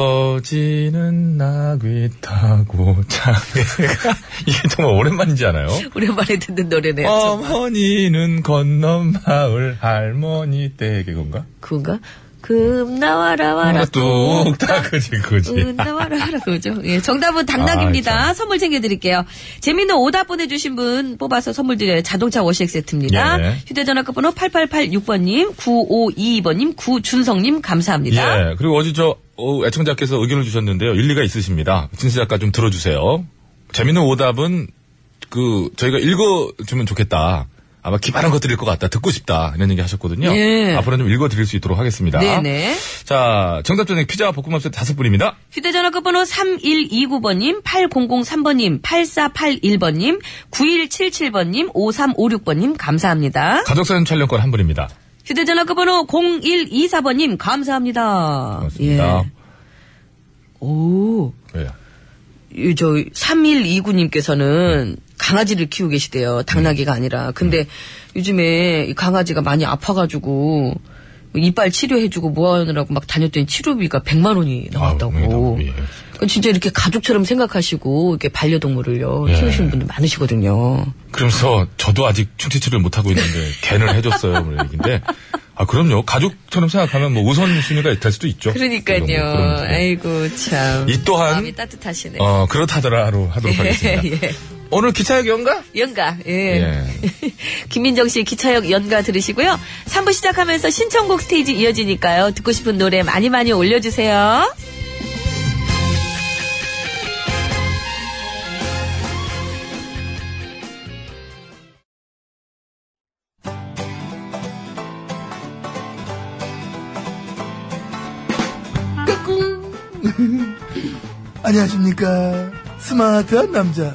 아버지는 나귀 타고 장애가, 이게 정말 오랜만이지 않아요?
오랜만에 듣는 노래네요.
어. 어머니는 건너 마을 할머니 댁에 건가?
그건가? 금 나와라 와라
뭔가 뚝딱, 그지, 그지.
음, 나와라 와라 그죠? 예, 정답은
아,
당나귀입니다. 선물 챙겨드릴게요. 재밌는 오답 보내주신 분 뽑아서 선물 드려요. 자동차 워시액 세트입니다.
예.
휴대전화 끝번호 8886번님, 9522번님, 구준성님 감사합니다.
예, 그리고 어제 저, 어, 애청자께서 의견을 주셨는데요. 일리가 있으십니다. 진수 작가 좀 들어주세요. 재밌는 오답은, 그, 저희가 읽어주면 좋겠다. 아마 기발한 것들일 것 같다. 듣고 싶다. 이런 얘기 하셨거든요.
예.
앞으로는 좀 읽어드릴 수 있도록 하겠습니다.
네네.
자, 정답 전에 피자와 볶음밥 세트 다섯 분입니다.
휴대전화 끝번호 3129번님, 8003번님, 8481번님, 9177번님, 5356번님 감사합니다.
가족사진 촬영권 한 분입니다.
휴대전화 끝번호 0124번님 감사합니다.
고맙습니다.
예. 오,
예.
이 저 3129님께서는 강아지를 키우고 계시대요. 당나귀가 아니라. 근데 요즘에 이 강아지가 많이 아파가지고 이빨 치료해주고 모아느라고 막 다녔더니 치료비가 100만 원이 나왔다고.
아우, 너무, 예.
그러니까 진짜 이렇게 가족처럼 생각하시고 이렇게 반려동물을요
예.
키우시는 분들 많으시거든요.
그러면서 저도 아직 충치치를 못하고 있는데 갠을 해줬어요. 뭐 얘기인데. 아, 그럼요. 가족처럼 생각하면 뭐 우선순위가 될 수도 있죠.
그러니까요.
그런 거, 그런 거.
아이고 참.
이 또한
마음이 따뜻하시네.
어, 그렇다더라로 하도록 하겠습니다.
예.
오늘 기차역 연가?
연가. 예.
예.
김민정 씨 기차역 연가 들으시고요. 3부 시작하면서 신청곡 스테이지 이어지니까요. 듣고 싶은 노래 많이 많이 올려주세요.
안녕하십니까. 스마트한 남자,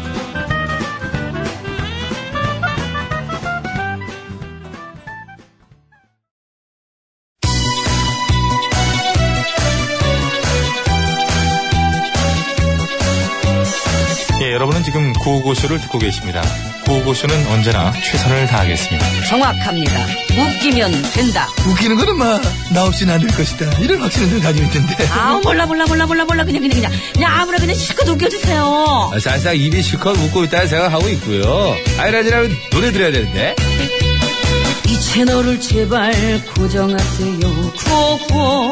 예, 여러분은 지금 구호고쇼를 듣고 계십니다. 구호고쇼는 언제나 최선을 다하겠습니다.
정확합니다. 웃기면 된다.
웃기는 거는 막 나 없이는 안 될 것이다. 이런 확신을 늘 가지고 있던데.
아 몰라 몰라 몰라 몰라 몰라 그냥 그냥 그냥 그냥 아무나 그냥 실컷 웃겨주세요.
사실상 입이 실컷 웃고 있다는 생각하고 있고요. 아이라지라면 노래 들어야 되는데.
이 채널을 제발 고정하세요. 구호구호,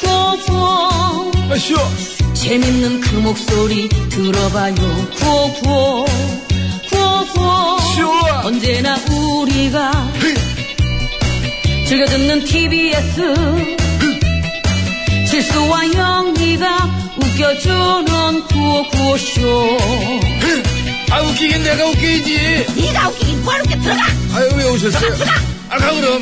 구호구호. 재밌는 그 목소리 들어봐요. 구호구호, 구호구호. 언제나 우리가 즐겨 듣는 TBS. 실수와 영리가 웃겨주는 구호구호쇼.
아 웃기긴 내가 웃기지.
네가 웃기긴 뭐 이렇게 들어가!
아유 왜 오셨어요? 아가 그럼.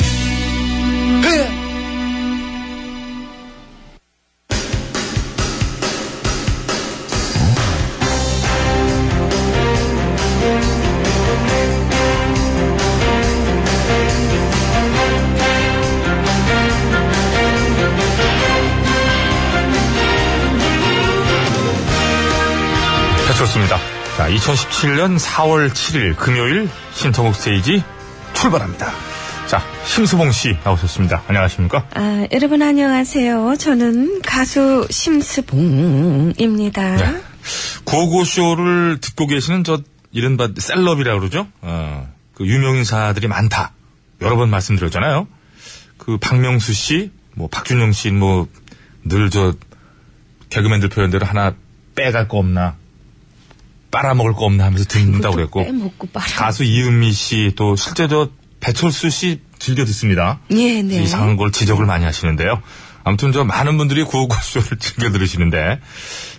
배철수입니다. 자, 2017년 4월 7일 금요일 신청곡 스테이지 출발합니다. 자, 심수봉 씨 나오셨습니다. 안녕하십니까?
아, 여러분 안녕하세요. 저는 가수 심스봉입니다.
네. 고고쇼를 듣고 계시는 저 이른바 셀럽이라고 그러죠? 어, 그 유명인사들이 많다. 여러 번 말씀드렸잖아요. 그 박명수 씨, 뭐 박준영 씨, 뭐 늘 저 개그맨들 표현대로 하나 빼갈 거 없나, 빨아먹을 거 없나 하면서 듣는다고 그랬고.
빼먹고 빨아.
가수 이은미 씨, 또 실제 저 배철수 씨 즐겨 듣습니다.
예, 네.
이상한 걸 지적을 많이 하시는데요. 아무튼 저 많은 분들이 구호고쇼를 즐겨 들으시는데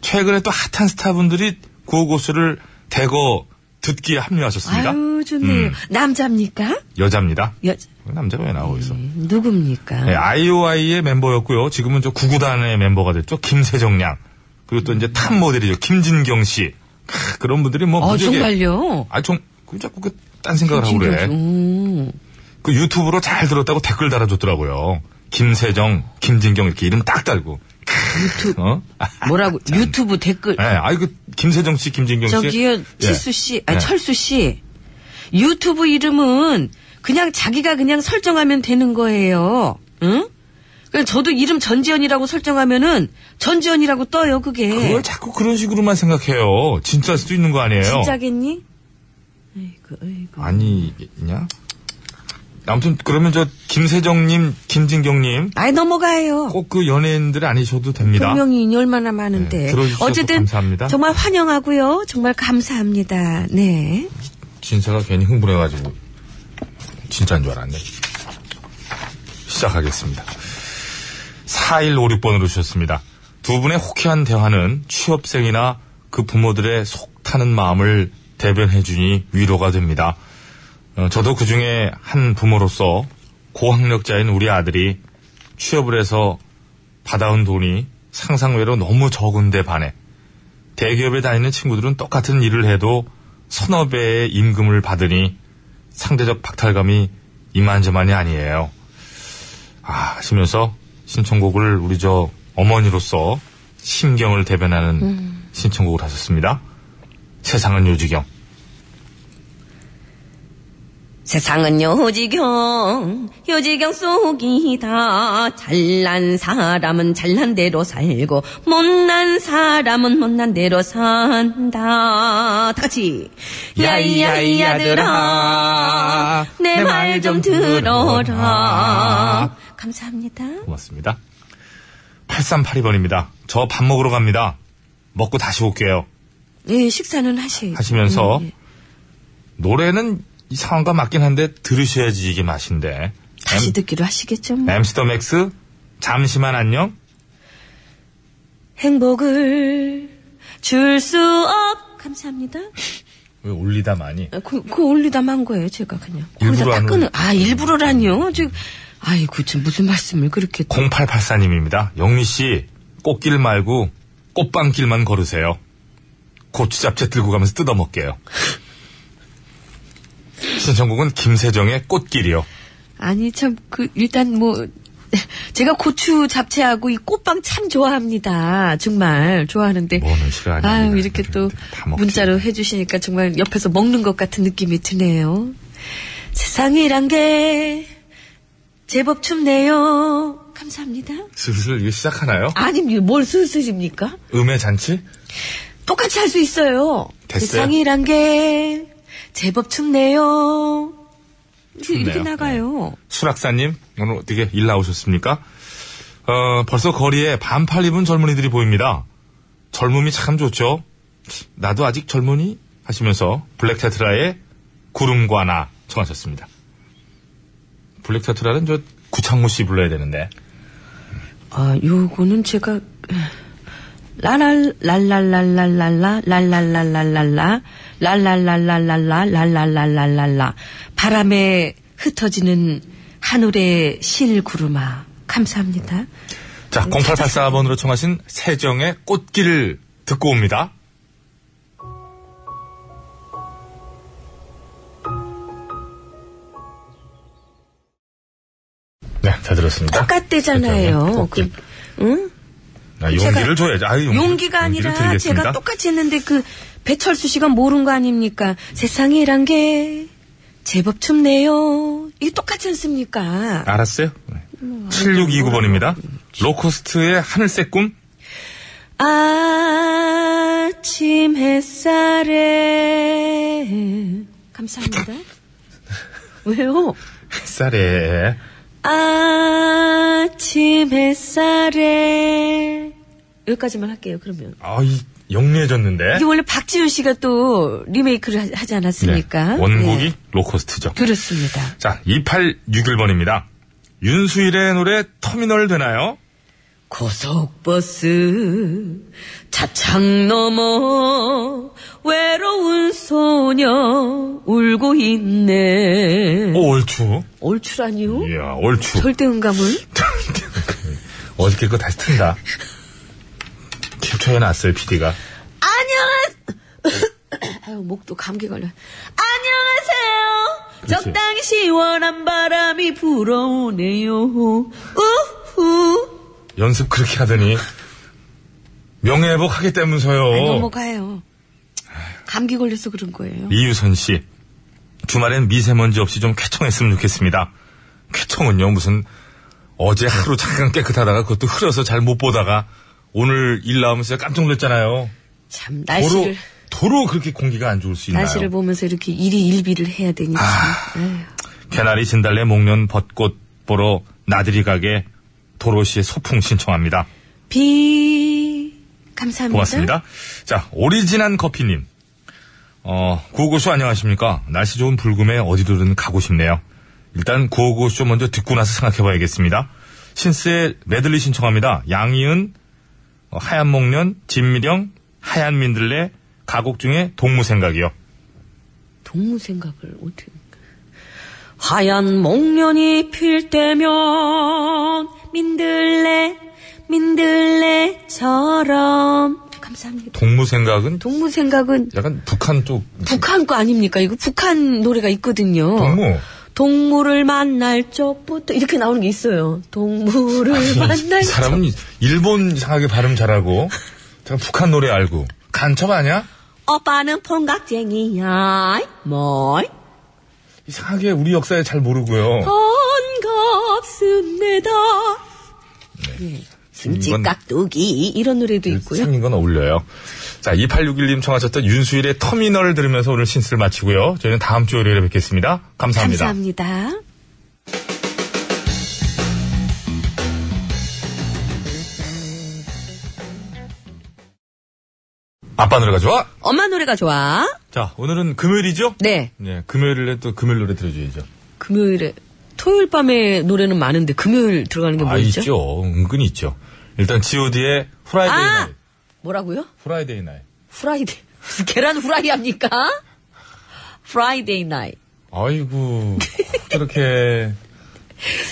최근에 또 핫한 스타분들이 구호고쇼를 대거 듣기에 합류하셨습니다.
아유 좋네요.
음.
남자입니까?
여자입니다.
여자
남자가 왜 나오고 있어?
누굽니까?
네, 아이오아이의 멤버였고요. 지금은 저 구구단의 멤버가 됐죠. 김세정 양. 그리고 또 이제 탑 모델이죠. 김진경 씨. 크, 그런 분들이 뭐
어,
무지하게-
정말요?
아, 좀, 그 자꾸 그 딴 생각을 하고
진경 씨.
그래.
음.
그 유튜브로 잘 들었다고 댓글 달아줬더라고요. 김세정, 김진경 이렇게 이름 딱 달고. 유튜브. 어? 아,
뭐라고
참.
유튜브 댓글
예, 아이 그 김세정 씨, 김진경 씨.
저기요
예.
치수 씨, 아니
예.
철수 씨 유튜브 이름은 그냥 자기가 그냥 설정하면 되는 거예요. 응? 그러니까 저도 이름 전지현이라고 설정하면은 전지현이라고 떠요 그게.
그걸 자꾸 그런 식으로만 생각해요. 진짜일 수도 있는 거 아니에요?
진짜겠니? 아이고, 아이고.
아니냐? 아무튼 그러면 저 김세정님, 김진경님
아이 넘어가요.
꼭 그 연예인들 아니셔도 됩니다.
분명히 얼마나 많은데.
네, 들어주셔서
어쨌든
감사합니다.
정말 환영하고요. 정말 감사합니다. 네.
진짜가 괜히 흥분해가지고 진짜인 줄 알았네. 시작하겠습니다. 4156번으로 주셨습니다. 두 분의 호쾌한 대화는 취업생이나 그 부모들의 속 타는 마음을 대변해주니 위로가 됩니다. 어, 저도 그 중에 한 부모로서 고학력자인 우리 아들이 취업을 해서 받아온 돈이 상상외로 너무 적은데 반해 대기업에 다니는 친구들은 똑같은 일을 해도 서너 배의 임금을 받으니 상대적 박탈감이 이만저만이 아니에요. 아, 하시면서 신청곡을 우리 저 어머니로서 심경을 대변하는
음.
신청곡을 하셨습니다. 세상은 요지경.
세상은 요지경, 요지경 속이다. 잘난 사람은 잘난 대로 살고, 못난 사람은 못난 대로 산다. 다 같이. 야이야이 아들아, 내 말 좀 들어라. 감사합니다.
고맙습니다. 8382번입니다. 저 밥 먹으러 갑니다. 먹고 다시 올게요.
예, 식사는 하세요. 음,
하시면서
예.
노래는 이 상황과 맞긴 한데 들으셔야지 이게 맛인데. 음.
다시 듣기로 하시겠죠, 뭐.
MC 더 맥스 잠시만 안녕.
행복을 줄 수 없. 감사합니다.
왜 올리다 많이?
아, 그, 그 올리담 한 거예요, 제가 그냥.
일부러
거기서 딱
안
끊어.
올리-
아, 일부러라니요? 지금, 아이고, 지금 무슨 말씀을 그렇게.
0884님입니다. 영미 씨 꽃길 말고 꽃방길만 걸으세요. 고추 잡채 들고 가면서 뜯어 먹게요. 신청곡은 김세정의 꽃길이요.
아니, 참, 그, 일단 뭐, 제가 고추 잡채하고 이 꽃빵 참 좋아합니다. 정말 좋아하는데.
뭐는 싫어하냐,
아유,
우리가.
이렇게 또
다 먹지.
문자로 해주시니까 정말 옆에서 먹는 것 같은 느낌이 드네요. 세상이란 게 제법 춥네요. 감사합니다.
슬슬 이거 시작하나요?
아니, 뭘 슬슬입니까?
음의 잔치?
똑같이 할 수 있어요.
됐어요.
세상이란 게 제법 춥네요.
이렇게, 이렇게
춥네요.
나가요.
수락사님, 오늘 어떻게 일 나오셨습니까? 어, 벌써 거리에 반팔 입은 젊은이들이 보입니다. 젊음이 참 좋죠? 나도 아직 젊으니? 하시면서 블랙 테트라의 구름과 나 청하셨습니다. 블랙 테트라는 저 구창모 씨 불러야 되는데.
아, 요거는 제가 라랄 랄랄랄랄랄라 랄랄랄랄랄라 랄랄랄랄랄라 랄랄랄랄랄라 바람에 흩어지는 하늘의 실구름아 감사합니다.
자, 0884번으로 청하신 세정의 꽃길 듣고 옵니다. 네, 다 들었습니다.
똑같대잖아요.
꽃길.
그, 응?
아, 용기를
제가
줘야지. 아, 용기,
용기가
용기를
아니라
드리겠습니다.
제가 똑같이 했는데 그 배철수 씨가 모른 거 아닙니까? 세상이란 게 제법 춥네요. 이게 똑같지 않습니까?
알았어요. 네.
음.
7629번입니다. 로코스트의 하늘색 꿈. 아.
아침 햇살에 감사합니다. 왜요?
햇살에.
아침 햇살에 여기까지만 할게요. 그러면
아, 이, 영리해졌는데.
이게 원래 박지윤 씨가 또 리메이크를 하- 하지 않았습니까?
네, 원곡이
네.
로코스트죠.
그렇습니다.
자, 2861번입니다. 윤수일의 노래 터미널 되나요?
고속버스 차창 넘어 외로운 소녀 울고 있네.
어,
오, 얼추.
얼추라니요?
이야, 얼추.
절대음감을
어저께 거 다시 튼다. 캡처해 놨어요, PD가.
아유 목도 감기 걸려.
안녕하세요.
그렇지.
적당히 시원한 바람이 불어오네요.
어.
우후.
연습 그렇게 하더니 명예회복
아이,
하겠다면서요.
넘어가요. 감기 걸려서 그런 거예요.
이유선 씨. 주말엔 미세먼지 없이 좀 쾌청했으면 좋겠습니다. 쾌청은요, 무슨 어제 하루 잠깐 깨끗하다가 그것도 흐려서 잘 못 보다가 오늘 일 나오면서 깜짝 놀랐잖아요.
참
도로,
날씨를
도로 그렇게 공기가 안 좋을 수 있나요? 아.
날씨를 보면서 이렇게 일이 일비를 해야 네. 되니 참. 에휴.
개나리 진달래 목련 벚꽃 보러 나들이 가게 도로시에 소풍 신청합니다.
비 감사합니다.
고맙습니다. 자, 오리지난 커피님. 어, 구호고쇼 안녕하십니까? 날씨 좋은 불금에 어디로든 가고 싶네요. 일단 구호고쇼 먼저 듣고 나서 생각해 봐야겠습니다. 신스의 메들리 신청합니다. 양이은, 어, 하얀 목련, 진미령, 하얀 민들레, 가곡 중에 동무 생각이요.
동무 생각을 어떻게. 하얀 목련이 필 때면
민들레 민들레처럼 감사합니다.
동무 생각은
동무 생각은
약간 북한 쪽
북한 거 아닙니까? 이거 북한 노래가 있거든요.
동무.
음,
동물을 만날 적부터 이렇게 나오는 게 있어요. 동물을 만날
이 사람은 일본 이상하게 발음 잘하고 제가 북한 노래 알고 간첩 아니야?
오빠는 폰각쟁이야. 뭐?
이상하게 우리 역사에 잘 모르고요.
반갑습니다.
네,
이건-
김치깍두기 이런
네,
노래도 있고요.
생긴 건 어울려요. 자, 2861님 청하셨던 윤수일의 터미널 들으면서 오늘 신스를 마치고요. 저희는 다음 주 월요일에 뵙겠습니다. 감사합니다.
감사합니다.
아빠 노래가 좋아?
엄마 노래가 좋아.
자, 오늘은 금요일이죠?
네.
네, 금요일에 또 금요일 노래 들어줘야죠.
금요일에 토요일 밤에 노래는 많은데 금요일 들어가는 게 뭐
아,
있죠?
있죠. 은근히 있죠. 일단 god의 후라이데이
아!
나이.
뭐라고요?
후라이데이 나이.
후라이데 무슨 계란 후라이 합니까? 프라이데이 나이.
아이고, 저렇게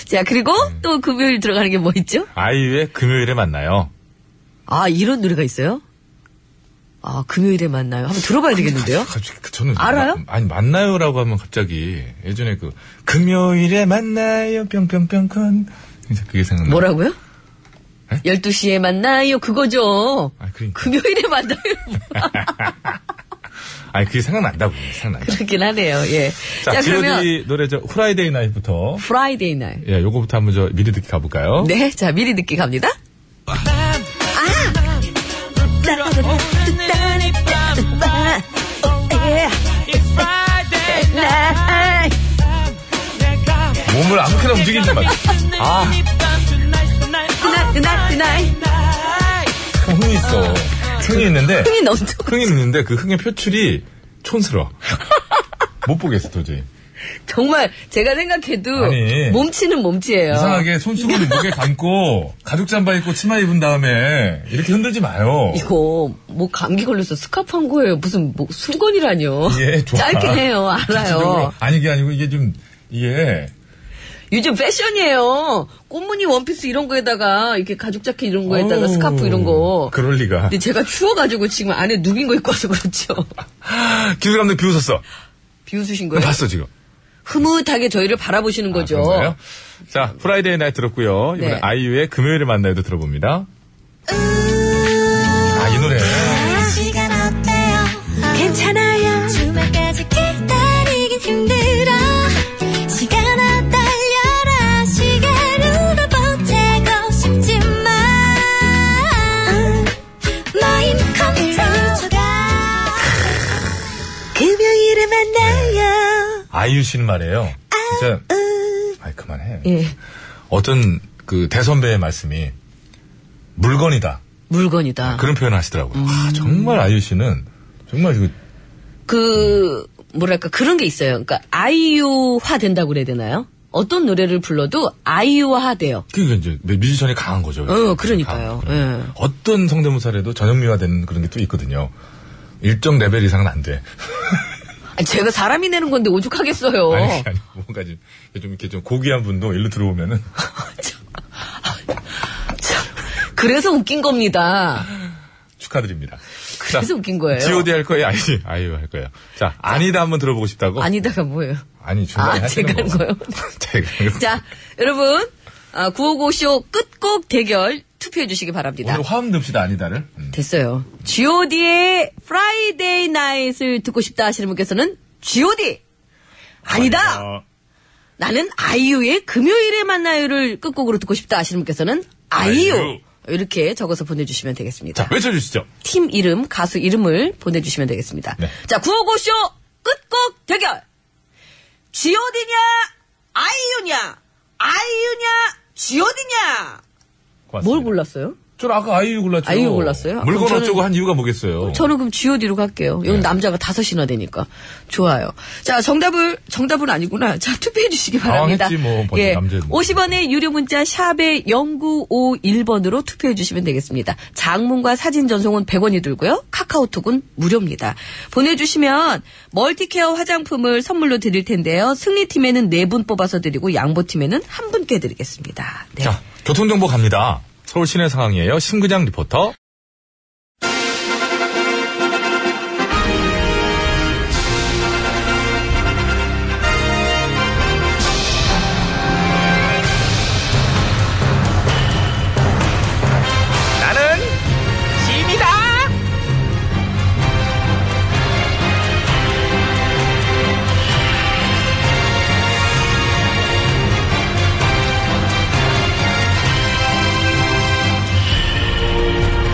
자 그리고
음.
또 금요일 들어가는 게 뭐 있죠?
아이유의 금요일에 만나요.
아 이런 노래가 있어요? 아 금요일에 만나요. 한번 들어봐야 되겠는데요?
갑자기 그 저는
알아요?
마- 아니 만나요라고 하면 갑자기 예전에 그 금요일에 만나요 뿅뿅뿅컨 이제 그게 생각나.
뭐라고요? 12시에 만나요 그거죠.
아 그러니까.
금요일에 만나요.
아니 그게 생각난다고 생각나.
그렇긴 하네요. 예.
자,
자, 그러면
G.O.D 노래 저 후라이데이 나이부터
프라이데이 나이.
예 요거부터 한번 저 미리 듣기 가볼까요?
네, 자 미리 듣기 갑니다.
아, 예.
몸을 아무렇게나 움직이지 마. 아,
그날, 그날, 그날.
형 흥이 있어. 흥이 있는데,
흥이 넘쳐.
흥이 있는데 그 흥의 표출이 촌스러워. 못 보겠어, 도저히.
정말 제가 생각해도
아니.
몸치는 몸치예요.
이상하게 손수건을 목에 감고, 가죽 잠바 입고 치마 입은 다음에, 이렇게 흔들지 마요.
이거 뭐 감기 걸려서 스카프 한 거예요. 무슨 뭐 수건이라뇨.
예, 좋아. 그
짧게 해요. 알아요.
전체적으로. 아니, 이게 아니고, 이게 좀, 이게,
요즘 패션이에요. 꽃무늬 원피스 이런 거에다가 이렇게 가죽 자켓 뭐 이런 거에다가
어우,
스카프 이런 거. 네.
그럴리가.
근데 제가 추워가지고 지금 안에 누긴 거 입고 와서 그렇죠.
기술 감독 비웃었어.
비웃으신
나
거예요?
봤어, 지금.
흐뭇하게 저희를 바라보시는
아,
거죠.
그런가요? 자, 프라이데이 나이 들었고요. 이번에
네.
아이유의 금요일에 만나요도 들어봅니다.
음.
아, 이 노래.
시간 어때요?
괜찮아요.
주말까지 기다리긴 힘들어 시간아 달려라 시간으로 보태고 싶지만 너임 컨트롤
금요일에 만나요.
아이유 씨는 말이에요. 진짜. 아이, 그만해.
예.
어떤 그 대선배의 말씀이 물건이다.
물건이다.
그런 표현을 하시더라고요. 와, 정말 아이유 씨는 정말 이거
그 뭐랄까 그런 게 있어요. 그러니까 아이유화 된다고 그래야 되나요? 어떤 노래를 불러도 아이유화 돼요.
그게 이제 뮤지션이 강한 거죠.
어, 그러니까요.
그런.
예.
어떤 성대모사라도 전형미화되는 그런 게 또 있거든요. 일정 레벨 이상은 안 돼.
아, 제가 사람이 내는 건데 오죽하겠어요.
아니, 아니, 뭔가 좀, 좀 이렇게 좀 고귀한 분도 일로 들어오면은
그래서 웃긴 겁니다.
축하드립니다.
그래서 웃긴 거예요.
GOD 할 거예요? 아니, 아이유 할 거예요. 자, 아니다 한번 들어보고 싶다고?
아니다가 뭐예요?
아니, 중간에
아,
하시는
제가 한 거요?
제가 한 거.
자, 여러분 아, 955쇼 끝곡 대결 투표해 주시기 바랍니다.
오늘 화음 듭시다, 아니다를. 음.
됐어요. G.O.D의 Friday Night을 듣고 싶다 하시는 분께서는 G.O.D. 아니다.
아,
나는 아이유의 금요일에 만나요를 끝곡으로 듣고 싶다 하시는 분께서는 아이유.
아이유.
이렇게 적어서 보내주시면 되겠습니다.
자, 외쳐주시죠.
팀 이름, 가수 이름을 보내주시면 되겠습니다.
네.
자, 구호고쇼 끝곡 대결. G.O.D냐, 아이유냐, 아이유냐, G.O.D냐.
고맙습니다.
뭘 골랐어요?
저는 아까 아이유 골랐죠.
아이유 골랐어요?
물건
그럼 저는-
어쩌고 한 이유가 뭐겠어요? 네.
저는 그럼 G.O.D로 갈게요. 여기 남자가 다섯이나 되니까 좋아요. 자 정답을 정답은 아니구나. 자 투표해 주시기 바랍니다.
당황했지, 뭐. 벌써
예,
남자는 뭐.
50원의 유료 문자 샵에 0951번으로 투표해 주시면 되겠습니다. 장문과 사진 전송은 100원이 들고요. 카카오톡은 무료입니다. 보내주시면 멀티케어 화장품을 선물로 드릴 텐데요. 승리팀에는 4분 뽑아서 드리고 양보팀에는 한 분께 드리겠습니다. 네.
자, 교통정보 갑니다. 서울 시내 상황이에요. 심근양 리포터.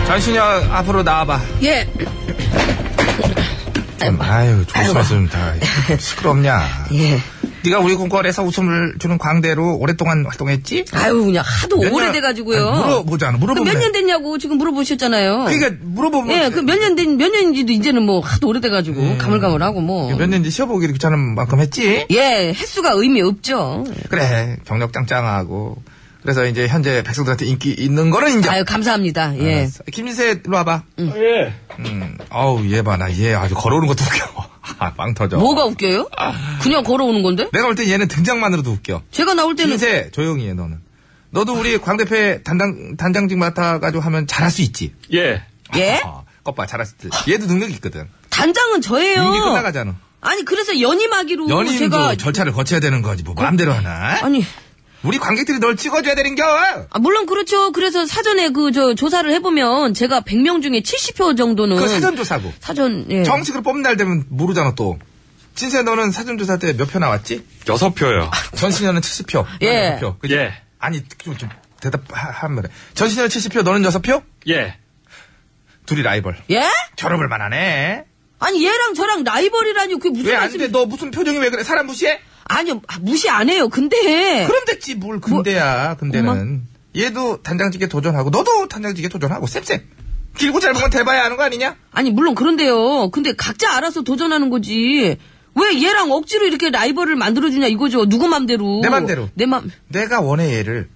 전신형 앞으로 나와봐.
예.
좀, 아유, 뭐. 조심하세요. 다 시끄럽냐.
예.
네가 우리 공권에서 웃음을 주는 광대로 오랫동안 활동했지?
아유 그냥 하도
몇 년-
뭐 오래돼가지고요.
아니, 물어보잖아. 물어보면
몇 년 됐냐고 지금 물어보셨잖아요.
그러니까 물어보면
예, 그 몇 년 된, 몇 년인지도 이제는 뭐 하도 오래돼가지고
예.
가물가물하고 뭐.
몇 년인지 쉬어보기 귀찮은 만큼 했지?
예, 횟수가 의미 없죠.
그래 경력 짱짱하고 그래서 이제 현재 백성들한테 인기 있는 거는 인정.
아유, 감사합니다. 예.
알았어. 김진세 일로 와봐. 음, 아우 얘 봐, 나 얘 아주 걸어오는 것도 웃겨. 아, 빵 터져.
뭐가 웃겨요?
아.
그냥 걸어오는 건데?
내가 볼 땐 얘는 등장만으로도 웃겨.
제가 나올 때는
김세 조용히 해 너는. 너도 우리 광 대표의 단장 단장직 맡아가지고 하면 잘할 수 있지.
예.
예?
아, 봐 잘할 수 있지. 얘도 능력 이 있거든.
단장은 저예요.
임기 끝나가잖아.
아니, 그래서 연임하기로
연인도
어. 제가
절차를 거쳐야 되는 거지 뭐 마음대로 하나.
아니,
우리 관객들이 널 찍어줘야 되는 겨.
아, 물론 그렇죠. 그래서 사전에 그 저 조사를 해 보면 제가 100명 중에 70표 정도는
그 사전 조사고.
사전 예.
정식으로 뽑는 날 되면 모르잖아 또. 진세 너는 사전조사 때 몇 표 나왔지?
여섯 표요.
전신현은 70표. 아,
예.
6표.
예.
아니 좀, 좀 대답하면 전신현 70표 너는 6표?
예.
둘이 라이벌.
예?
결합을 만하네.
아니 얘랑 저랑 라이벌이라니 그게 무슨
왜 안
말씀이
돼? 너 무슨 표정이 왜 그래? 사람 무시해?
아니요, 아, 무시 안 해요. 근데.
그럼 됐지 뭘
뭐-
근데야 근데는 얘도 단장직에 도전하고 너도 단장직에 도전하고 쌤쌤 길고 짧은 건 대봐야 하는 거 아니냐?
아니, 물론 그런데요. 근데 각자 알아서 도전하는 거지. 왜 얘랑 억지로 이렇게 라이벌을 만들어주냐 이거죠. 누구 맘대로.
내 맘대로.
내 맘.
내가 원해 얘를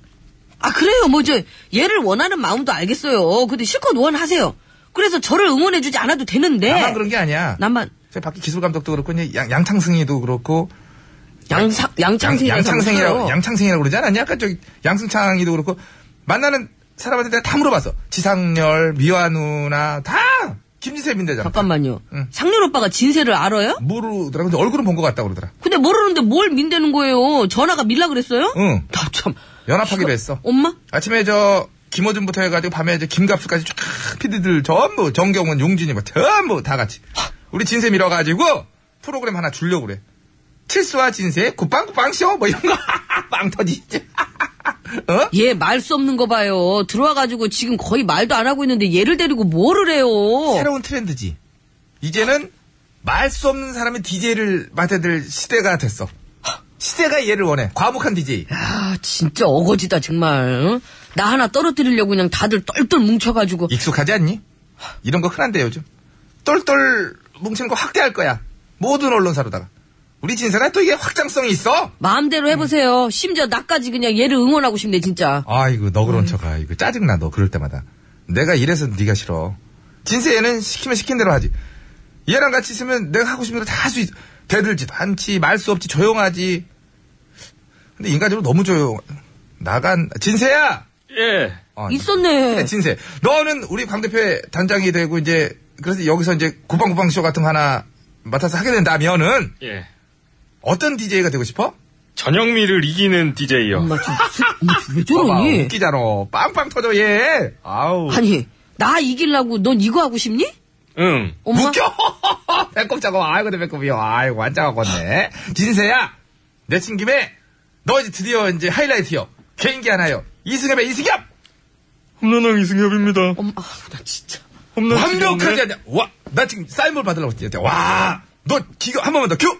아, 그래요. 뭐, 저, 얘를 원하는 마음도 알겠어요. 근데 실컷 원하세요. 그래서 저를 응원해주지 않아도 되는데.
나만 그런 게 아니야
예. 나만.
저 밖에 기술 감독도 그렇고 이제 양, 양창승이도 그렇고
양상,
양,
양창생이라고.
양창생이라고 양창생이라고 그러지 않았냐? 아까 저기 양승창이도 그렇고 만나는 사람한테 내가 다 물어봤어 지상렬 미화누나 다 김지쌤인데잖아
잠깐만요.
응.
상렬 오빠가 진세를 알아요?
모르더라 근데 얼굴은 본 것 같다 고 그러더라
근데 모르는데 뭘 민대는 거예요? 전화가 밀라 그랬어요?
응.
나 참.
연합하기로
이거-
했어
엄마?
아침에 저 김호준부터 해가지고 밤에 이제 김갑수까지 쫙 피디들 전부 정경훈 용진이 뭐 전부 다 같이 우리 진세 밀어가지고 프로그램 하나 주려고 그래 칠수와 진세 굿빵굿빵 쇼뭐 이런 거빵 터지지 어?
얘 말 수 없는 거 봐요. 들어와가지고 지금 거의 말도 안 하고 있는데 얘를 데리고 뭐를 해요?
새로운 트렌드지 이제는 말 수 없는 사람이 DJ를 맡아야 될 시대가 됐어 시대가 얘를 원해 과묵한 DJ
야, 진짜 어거지다, 정말. 응? 나 하나 떨어뜨리려고 그냥 다들 똘똘 뭉쳐가지고.
익숙하지 않니? 이런 거 흔한데 요즘 똘똘 뭉치는 거 확대할 거야 모든 언론사로다가 우리 진세는 또 이게 확장성이 있어
마음대로 해보세요. 심지어 나까지 그냥 얘를 응원하고 싶네, 진짜.
아이고 너그러운
음.
척아 이거 짜증나 너 그럴 때마다 내가 이래서 네가 싫어 진세 얘는 시키면 시킨 대로 하지 얘랑 같이 있으면 내가 하고 싶은 대로 다 할 수 있어 대들지도 않지 말 수 없지 조용하지 근데 인간적으로 너무 조용 나간 진세야
예.
어,
있었네.
네, 진세. 너는 우리 광 대표의 단장이 되고 이제 그래서 여기서 이제 구방구방 쇼 같은 거 하나 맡아서 하게 된다면은
예.
어떤 DJ가 되고 싶어?
전영미를 이기는 DJ요.
엄마, 좀, 무슨- 엄마,
봐봐,
왜 저러니?
웃기잖아. 빵빵 터져 얘. 아우.
아니, 나 이기려고 넌 이거 하고 싶니?
응.
엄마?
웃겨. 배꼽 작업. 아이고 내 배꼽이요. 아이고 안 작았겠네. 진세야. 내친 김에 너 이제 드디어 이제 하이라이트요. 개인기 하나요. 이승엽의 이승엽.
홈런왕 이승엽입니다.
엄마, 아우, 나 진짜.
홈런
완벽하지
치겠네.
않냐? 와, 나 지금 사인볼 받으려고 했지. 와, 너 기가 한 번만 더 큐.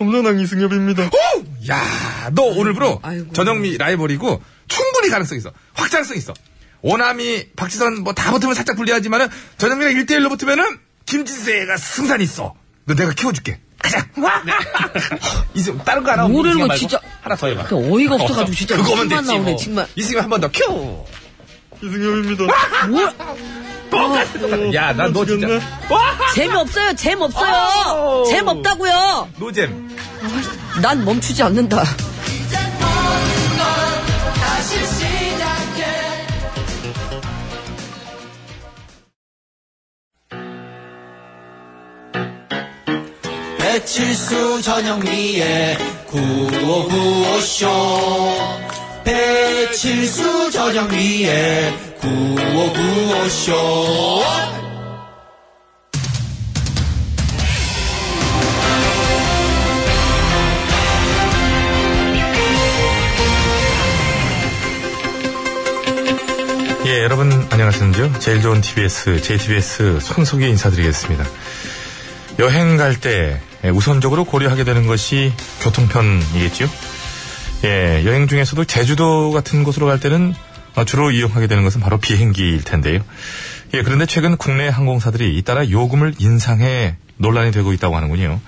홈런왕 이승엽입니다.
오! 야, 너 오늘부로
아이고.
전영미 라이벌이고 충분히 가능성 있어. 확장성 있어. 오남이 박지선 뭐 다 붙으면 살짝 불리하지만은 전영미랑 1대1로 붙으면은 김진세가 승산 있어. 너 내가 키워줄게. 가자. 와! 이승 다른 거 하나 없니?
모르는
이승엽 말고?
거 네. 뭐 진짜.
하나 더 해봐.
그 어이가 없어가지고 진짜
그거면
웃음만
됐지.
나오네,
뭐.
정말.
이승엽 한 번 더 큐.
이승엽입니다.
뭘?
뭐?
아,
야, 나 너 진짜
죽였네.
재미없어요, 재미없어요! 재미없다고요!
노잼.
난 멈추지 않는다.
배칠수 전영미의 구호 구호쇼 배칠수 전영미의 구호 구호쇼
예, 여러분 안녕하십니까? 제일 좋은 TBS, JTBS 손석희 인사드리겠습니다. 여행 갈 때 예, 우선적으로 고려하게 되는 것이 교통편이겠죠? 예, 여행 중에서도 제주도 같은 곳으로 갈 때는 어, 주로 이용하게 되는 것은 바로 비행기일 텐데요. 예, 그런데 최근 국내 항공사들이 잇따라 요금을 인상해 논란이 되고 있다고 하는군요.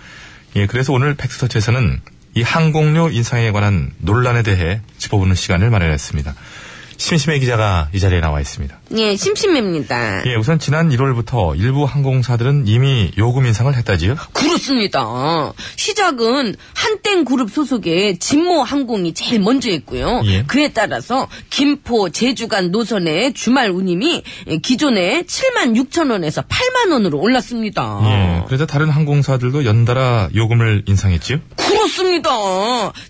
예, 그래서 오늘 팩스터치에서는 이 항공료 인상에 관한 논란에 대해 짚어보는 시간을 마련했습니다. 심심해 기자가 이 자리에 나와 있습니다.
예, 심심합니다.
예, 우선 지난 1월부터 일부 항공사들은 이미 요금 인상을 했다지요?
그렇습니다. 시작은 한땡 그룹 소속의 진모 항공이 제일 먼저 했고요.
예.
그에 따라서 김포 제주 간 노선의 주말 운임이 기존에 7만 6천 원에서 8만 원으로 올랐습니다.
예, 그래서 다른 항공사들도 연달아 요금을 인상했지요?
어. 그렇습니다.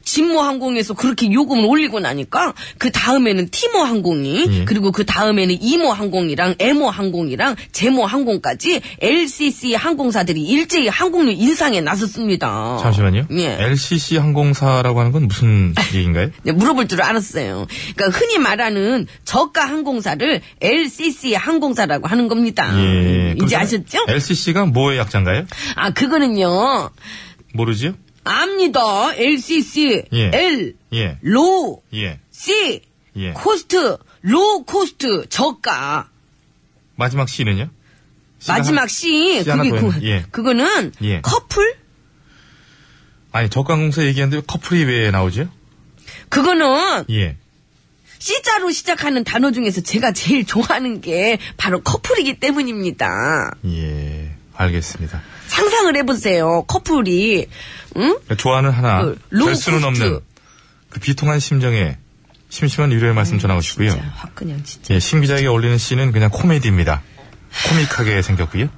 진모 항공에서 그렇게 요금을 올리고 나니까 그 다음에는 티모 항공이
예.
그리고 그 다음에는 이모 항공이랑 에모 항공이랑 제모 항공까지 LCC 항공사들이 일제히 항공료 인상에 나섰습니다.
잠시만요.
예.
LCC 항공사라고 하는 건 무슨 얘기인가요?
네, 물어볼 줄 알았어요. 그러니까 흔히 말하는 저가 항공사를 LCC 항공사라고 하는 겁니다.
예.
음, 이제
그럼
아셨죠?
LCC가 뭐의 약자인가요?
아, 그거는요.
모르지요?
압니다. LCC,
예.
L,
예.
로,
예.
C,
예.
코스트, 로 코스트, 저가.
마지막 C는요? C가
마지막
한-
C,
C 하나
그게
더
그,
있네. 예.
그거는
예.
커플?
아니, 적강공사 얘기하는데 왜 커플이 왜 나오죠?
그거는
예.
C자로 시작하는 단어 중에서 제가 제일 좋아하는 게 바로 커플이기 때문입니다.
예. 알겠습니다.
상상을 해보세요. 커플이 응?
그러니까 좋아하는 하나,
그, 로우
별수는
코스트.
없는 그 비통한 심정에 심심한 위로의 말씀 전하고 싶고요.
자, 확 그냥 아, 진짜.
예, 신기자에게 올리는 C는 그냥 코미디입니다. 코믹하게 생겼고요.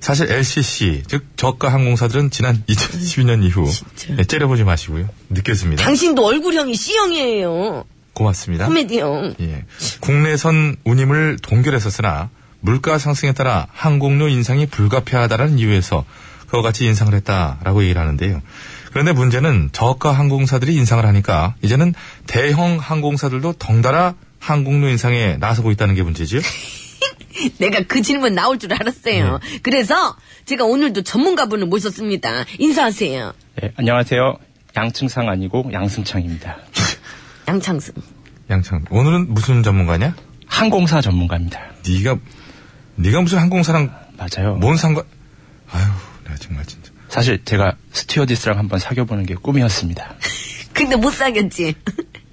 사실 LCC, 즉 저가 항공사들은 지난 2012년 이후 예, 째려보지 마시고요. 느껴집니다.
당신도 얼굴형이 C형이에요.
고맙습니다.
코미디형.
예. 국내선 운임을 동결해서 쓰나 물가 상승에 따라 항공료 인상이 불가피하다는 이유에서 그와 같이 인상을 했다라고 얘기를 하는데요. 그런데 문제는 저가 항공사들이 인상을 하니까 이제는 대형 항공사들도 덩달아 항공료 인상에 나서고 있다는 게 문제지요.
내가 그 질문 나올 줄 알았어요.
네.
그래서 제가 오늘도 전문가분을 모셨습니다. 인사하세요.
네, 안녕하세요. 양층상 아니고 양승창입니다.
양창승.
양창 오늘은 무슨 전문가냐?
항공사 전문가입니다.
네가 네가 무슨 항공사랑
맞아요.
뭐?
뭔 상관? 아유, 나 정말 진짜.
사실 제가 스튜어디스랑 한번 사귀어보는 게 꿈이었습니다.
근데 못 사겠지.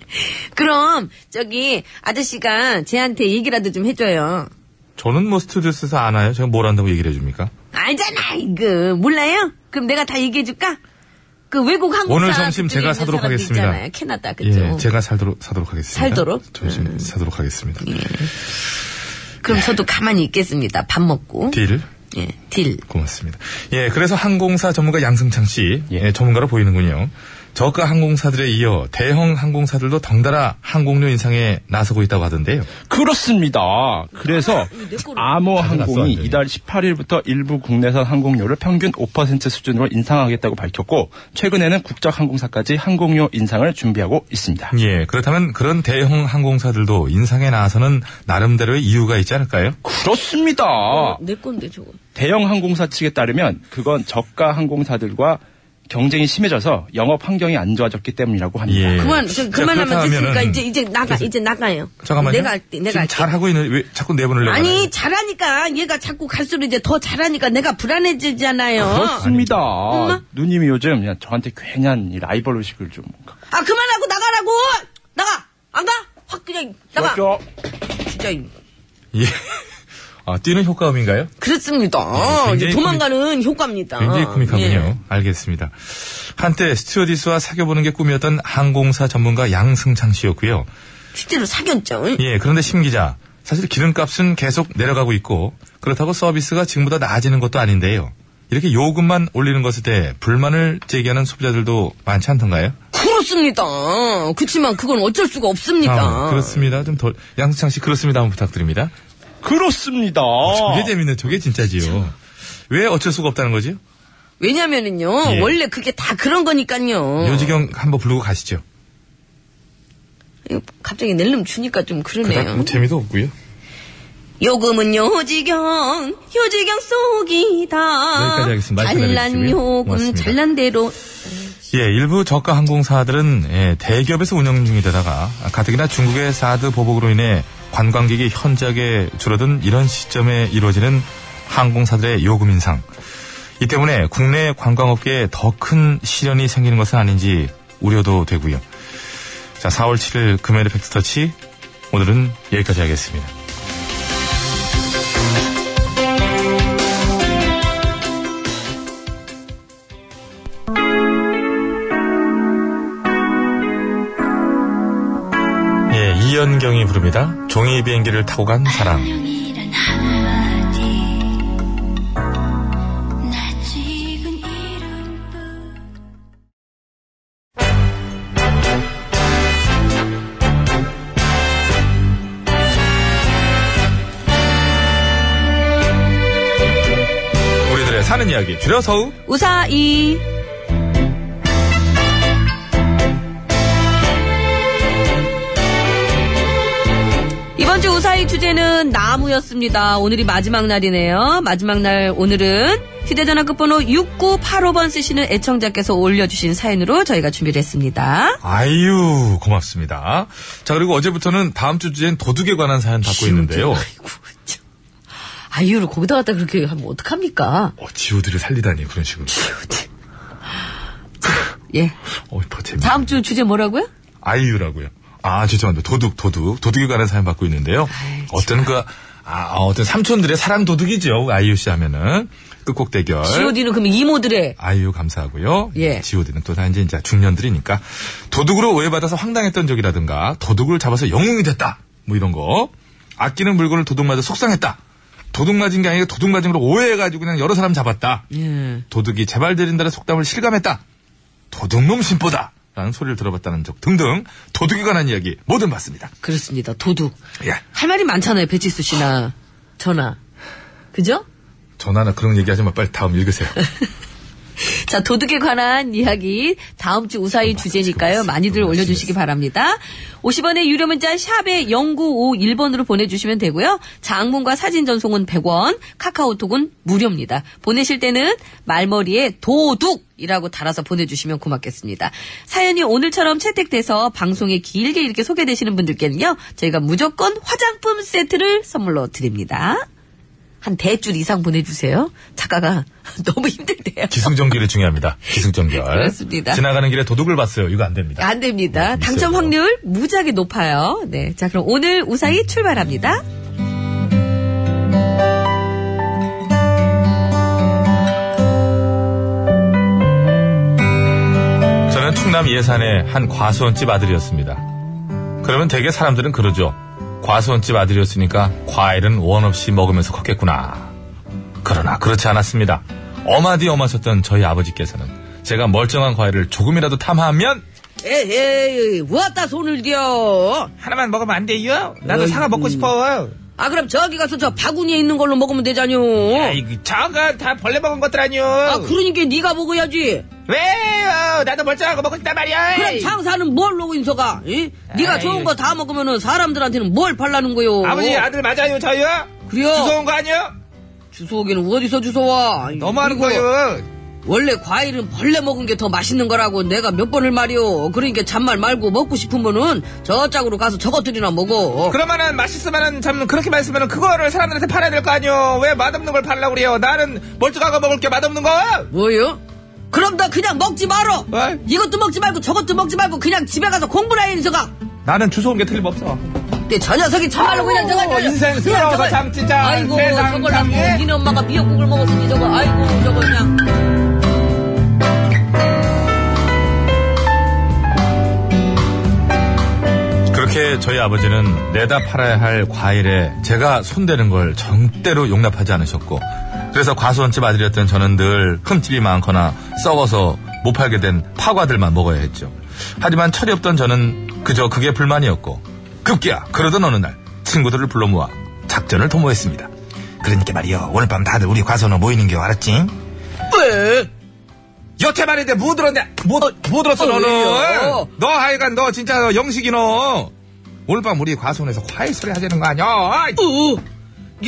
그럼 저기 아저씨가 쟤한테 얘기라도 좀 해줘요.
저는 뭐 스튜디오에서 안 와요. 제가 뭘 한다고 얘기를 해줍니까?
알잖아 이거 몰라요? 그럼 내가 다 얘기해줄까? 그 외국 항공사
오늘 점심
그쪽에
제가
있는
사도록
사람들
하겠습니다.
있잖아요. 캐나다 그쪽.
예, 제가 살도록 사도록 하겠습니다.
살도록? 네.
점심 사도록 하겠습니다.
그럼 저도 가만히 있겠습니다. 밥 먹고.
예. 딜
예, 딜.
고맙습니다. 예, 그래서 항공사 전문가 양승창 씨
예.
예, 전문가로 보이는군요. 저가 항공사들에 이어 대형 항공사들도 덩달아 항공료 인상에 나서고 있다고 하던데요.
그렇습니다. 그래서
안
암호항공이
되네.
이달 18일부터 일부 국내선 항공료를 평균 5% 수준으로 인상하겠다고 밝혔고 최근에는 국적항공사까지 항공료 인상을 준비하고 있습니다.
예, 그렇다면 그런 대형 항공사들도 인상에 나서는 나름대로의 이유가 있지 않을까요?
그렇습니다.
아.
내 건데 저거.
대형 항공사 측에 따르면 그건 저가 항공사들과 경쟁이 심해져서 영업 환경이 안 좋아졌기 때문이라고 합니다.
예.
그만 저,
자,
그만하면
그렇다
됐으니까
하면은
이제 이제 나가 이제 나가요.
잠깐만요.
내가 할게 내가 할게.
잘 하고 있는 왜 자꾸 내보내려고
아니
하나요?
잘하니까 얘가 자꾸 갈수록 이제 더 잘하니까 내가 불안해지잖아요.
그렇습니다.
엄마?
누님이 요즘 그냥 저한테 괜한 이 라이벌 의식을 좀 갖고
아 그만하고 나가라고 나가 안 가? 확 그냥 나가
있죠.
진짜
예. 아, 뛰는 효과음인가요?
그렇습니다.
예,
이제
굉장히
도망가는 효과입니다.
굉장히 코믹하군요.
예.
알겠습니다. 한때 스튜어디스와 사귀어보는 게 꿈이었던 항공사 전문가 양승창 씨였고요.
실제로 사귀었죠.
예, 그런데 심 기자. 사실 기름값은 계속 내려가고 있고 그렇다고 서비스가 지금보다 나아지는 것도 아닌데요. 이렇게 요금만 올리는 것에 대해 불만을 제기하는 소비자들도 많지 않던가요?
그렇습니다. 그렇지만 그건 어쩔 수가 없습니다.
아, 그렇습니다. 좀 덜, 양승창 씨 그렇습니다. 한번 부탁드립니다.
그렇습니다.
아, 저게 재밌네. 저게 진짜지요. 왜 어쩔 수가 없다는 거지요?
왜냐면은요
예.
원래 그게 다 그런 거니까요.
요지경 한번 부르고 가시죠.
이거 갑자기 낼름 주니까 좀 그러네요.
그닥 뭐 재미도 없고요.
요금은 요지경, 요지경 속이다.
여기까지 하겠습니다. 마이크
잘난
내리시고요.
요금,
고맙습니다.
잘난 대로.
예, 일부 저가 항공사들은 예, 대기업에서 운영 중이되다가 가뜩이나 중국의 사드 보복으로 인해 관광객이 현저하게 줄어든 이런 시점에 이루어지는 항공사들의 요금 인상. 이 때문에 국내 관광업계에 더 큰 시련이 생기는 것은 아닌지 우려도 되고요. 자, 4월 7일 금요일의 팩스터치 오늘은 여기까지 하겠습니다. 예, 이연경이 부릅니다. 종이 비행기를 타고 간 사람.
안녕이란 한마디 나 지금 이름뿐
우리들의 사는 이야기 줄여서
우사이. 이번 이번 주 우사의 주제는 나무였습니다. 오늘이 마지막 날이네요. 마지막 날 오늘은 휴대전화 끝번호 6985번 쓰시는 애청자께서 올려주신 사연으로 저희가 준비를 했습니다.
아유, 고맙습니다. 자, 그리고 어제부터는 다음 주 주제엔 도둑에 관한 사연 받고 있는데요. 어,
아유를 거기다 갖다 그렇게 하면 어떡합니까?
어, 지우들을 살리다니, 그런 식으로.
예.
어, 더 재밌
다음 주 주제 뭐라고요?
네? 아이유라고요. 아, 죄송합니다. 도둑, 도둑. 도둑에 관한 사연 받고 있는데요. 어떤 그, 아, 어떤 삼촌들의 사랑 도둑이죠. 아이유 씨 하면은. 끝곡 대결.
GOD는 그럼 이모들의
아이유 감사하고요.
예.
지오디는 또 다 이제 이제 중년들이니까 도둑으로 오해받아서 황당했던 적이라든가 도둑을 잡아서 영웅이 됐다 뭐 이런 거 아끼는 물건을 도둑 맞아 속상했다 도둑 맞은 게 아니라 도둑 맞은 걸 오해해가지고 그냥 여러 사람 잡았다
예.
도둑이 재발 들인다는 속담을 실감했다 도둑놈 심보다 라는 소리를 들어봤다는 적 등등 도둑에 관한 이야기 뭐든 받습니다.
그렇습니다. 도둑.
예.
할 말이 많잖아요. 배치수 씨나 전화. 그죠?
전화나 그런 얘기 하지 마. 빨리 다음 읽으세요.
자, 도둑에 관한 이야기 다음 주 우사히 주제니까요. 많이들 올려주시기 바랍니다. 50원의 유료 문자 샵에 0951번으로 보내주시면 되고요. 장문과 사진 전송은 100원, 카카오톡은 무료입니다. 보내실 때는 말머리에 도둑이라고 달아서 보내주시면 고맙겠습니다. 사연이 오늘처럼 채택돼서 방송에 길게 이렇게 소개되시는 분들께는요. 저희가 무조건 화장품 세트를 선물로 드립니다. 한 대줄 이상 보내주세요. 작가가 너무 힘들대요.
기승전결이 중요합니다. 기승전결.
그렇습니다.
지나가는 길에 도둑을 봤어요. 이거 안 됩니다.
안 됩니다.
음,
네,
당첨
있어요.
확률 무지하게 높아요. 네. 자, 그럼 오늘 우사히 출발합니다.
저는 충남 예산의 한 과수원집 아들이었습니다. 그러면 대개 사람들은 그러죠. 과수원집 아들이었으니까 과일은 원 없이 먹으면서 컸겠구나. 그러나 그렇지 않았습니다. 어마디 어마셨던 저희 아버지께서는 제가 멀쩡한 과일을 조금이라도 탐하면
에이, 왔다 손을 들여.
하나만 먹으면 안 돼요? 나도
어이구.
사과 먹고 싶어.
아, 그럼 저기 가서 저 바구니에 있는 걸로 먹으면 되잖요.
아이고, 그 저거 다 벌레 먹은 것들 아니요.
어. 아, 그러니까 네가 먹어야지.
왜요? 나도 멀쩡한 거 먹고 싶단 말이야.
그럼 장사는 뭘로 인서가? 예? 네가
아이,
좋은 거 다 먹으면은 사람들한테는 뭘 팔라는 거요?
아버지, 아들 맞아요, 저요?
그래요.
무서운 거 아니요?
주소기는 어디서 주소와?
너무하는
그리고
거요.
원래 과일은 벌레 먹은 게 더 맛있는 거라고 내가 몇 번을 말이오. 그러니까 잔말 말고 먹고 싶으면은 저 짝으로 가서 저것들이나 먹어.
그러면은 맛있으면은 참 그렇게 맛있으면은 그거를 사람들한테 팔아야 될 거 아니요. 왜 맛없는 걸 팔라고 그래요? 나는 멀쩡한 거 먹을 게 맛없는 거.
뭐요? 그럼 너 그냥 먹지 말어.
어이.
이것도 먹지 말고 저것도 먹지 말고 그냥 집에 가서 공부나 해 인서가.
나는 주소온 게 틀림없어.
근데 저 녀석이 참말로 그냥 저거 저거-
인생
그냥
쓰러워서
저걸-
참 진짜
아이고
세상
저걸
참,
나고
예.
니네 엄마가 미역국을 먹었으니 저거 아이고 저거 그냥
그렇게 저희 아버지는 내다 팔아야 할 과일에 제가 손대는 걸 정대로 용납하지 않으셨고 그래서 과수원집 아들이었던 저는 늘 흠집이 많거나 썩어서 못 팔게 된 파과들만 먹어야 했죠. 하지만 철이 없던 저는 그저 그게 불만이었고 급기야 그러던 어느 날 친구들을 불러 모아 작전을 도모했습니다.
그러니까 말이요. 오늘 밤 다들 우리 과선으로 모이는 게 알았지?
왜?
여태 말인데 뭐 들었냐? 뭐, 뭐 들었어
어,
너는?
왜요?
너 하여간 너 진짜 너 영식이 너. 오늘 밤 우리 과수원에서 과일 소리 하자는 거 아니야?
어,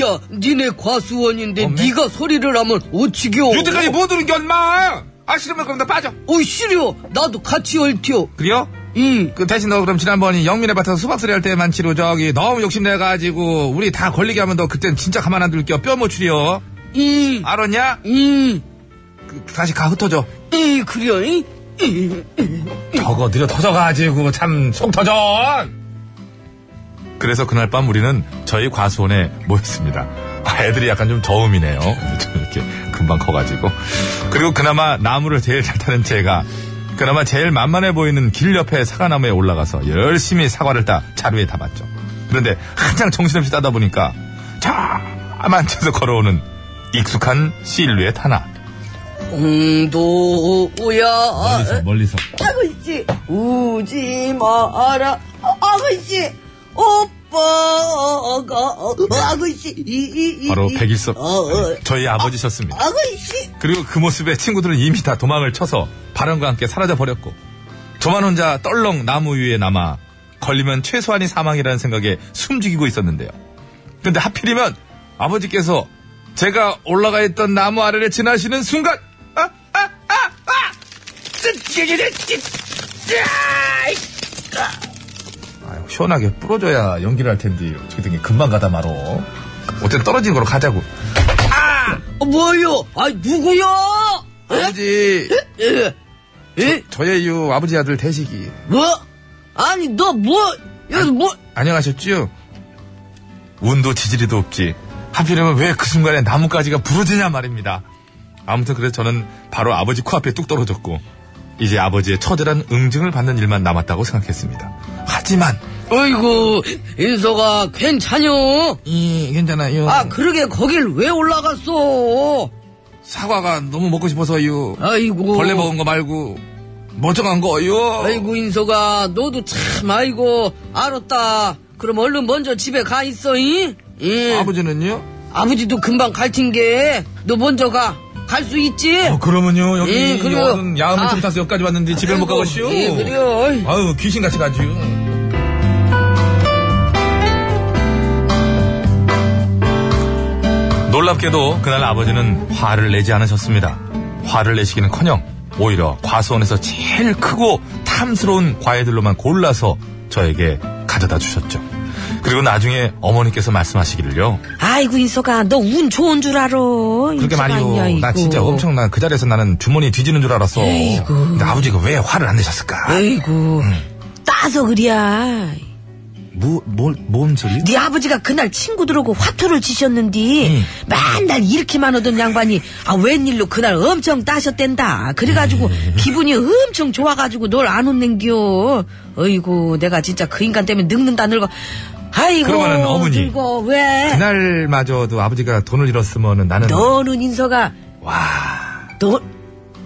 야 니네 과수원인데
어메.
네가 소리를 하면 어찌겨?
유태까지 뭐 들은 게 얼마? 아 싫으면 그럼 나 빠져.
어 싫어 나도 같이 얼티오.
그래요?
응.
그 대신 너 그럼 지난번에 영민의 밭에서 수박 소리 할 때만 치로 저기 너무 욕심내가지고 우리 다 걸리게 하면 너 그땐 진짜 가만 안 둘게요 뼈 못 추리요
응.
알았냐?
응.
그, 다시 가 흩어져
응 그래. 응? 응.
저거 느려 터져가지고 참 속 터져. 그래서 그날 밤 우리는 저희 과수원에 모였습니다. 아, 애들이 약간 좀 저음이네요. 좀 이렇게 금방 커가지고. 그리고 그나마 나무를 제일 잘 타는 제가 그나마 제일 만만해 보이는 길 옆에 사과나무에 올라가서 열심히 사과를 따 자루에 담았죠. 그런데 한창 정신없이 따다 보니까 자만쳐서 걸어오는 익숙한 실루엣 하나.
홍도야.
멀리서.
아버지 우지 마라 어, 아버지 오빠가 어, 아버지 이, 이,
바로
이,
백일섭
어, 어.
저희 아버지셨습니다.
아버지
그리고 그 모습에 친구들은 이미 다 도망을 쳐서 바람과 함께 사라져 버렸고 저만 혼자 떨렁 나무 위에 남아 걸리면 최소한이 사망이라는 생각에 숨죽이고 있었는데요. 근데 하필이면 아버지께서 제가 올라가 있던 나무 아래를 지나시는 순간 아, 아, 아, 아! 아유, 시원하게 부러져야 연기를 할 텐데 어떻게 된 게 금방 가다 말어. 어쨌든 떨어진 거로 가자고.
어, 뭐요? 아 누구요?
아버지,
에? 에?
저의 유 아버지 아들 대식이 아,
뭐? 아니 너 뭐 여기 뭐?
안녕하셨지요? 운도 지지리도 없지. 하필이면 왜 그 순간에 나뭇가지가 부러지냐 말입니다. 아무튼 그래서 저는 바로 아버지 코앞에 뚝 떨어졌고 이제 아버지의 처절한 응징을 받는 일만 남았다고 생각했습니다. 하지만
어이구 인서가 괜찮요?
이 괜찮아요.
아 그러게 거길 왜 올라갔어?
사과가 너무 먹고 싶어서요.
아이고
벌레 먹은 거 말고 뭐 멀쩡한 거요.
아이고 인서가 너도 참 아이고 알았다. 그럼 얼른 먼저 집에 가 있어잉. 응.
아버지는요?
아버지도 금방 갈 텐게 너 먼저 가. 갈 수 있지?
어, 그러면요 여기
예, 그래요.
여는 야음을 좀
아.
타서 여기까지 왔는데 집에 못
아이고,
가고시오.
예, 그래요.
아유 귀신같이 가지요. 놀랍게도 그날 아버지는 화를 내지 않으셨습니다. 화를 내시기는커녕 오히려 과수원에서 제일 크고 탐스러운 과일들로만 골라서 저에게 가져다 주셨죠. 그리고 나중에 어머니께서 말씀하시기를요.
아이고 인서가 너 운 좋은 줄 알아.
그렇게
인서가 아니야,
말이요. 나
이거.
진짜 엄청난 그 자리에서 나는 주머니 뒤지는 줄 알았어.
에이구.
근데 아버지가 왜 화를 안 내셨을까?
아이고
따서 그리야.
뭐, 뭘, 뭔 소리?
네 아버지가 그날 친구들하고 화투를 치셨는디
음.
맨날 이렇게만 하던 양반이 아 웬일로 그날 엄청 따셨댄다 그래가지고
음.
기분이 엄청 좋아가지고 널 안 혼낸겨 어이구 내가 진짜 그 인간 때문에 늙는다 늙어 아이고
그러면은 어머니.
늙어 왜
그날마저도 아버지가 돈을 잃었으면 나는
너는 인서가
와
너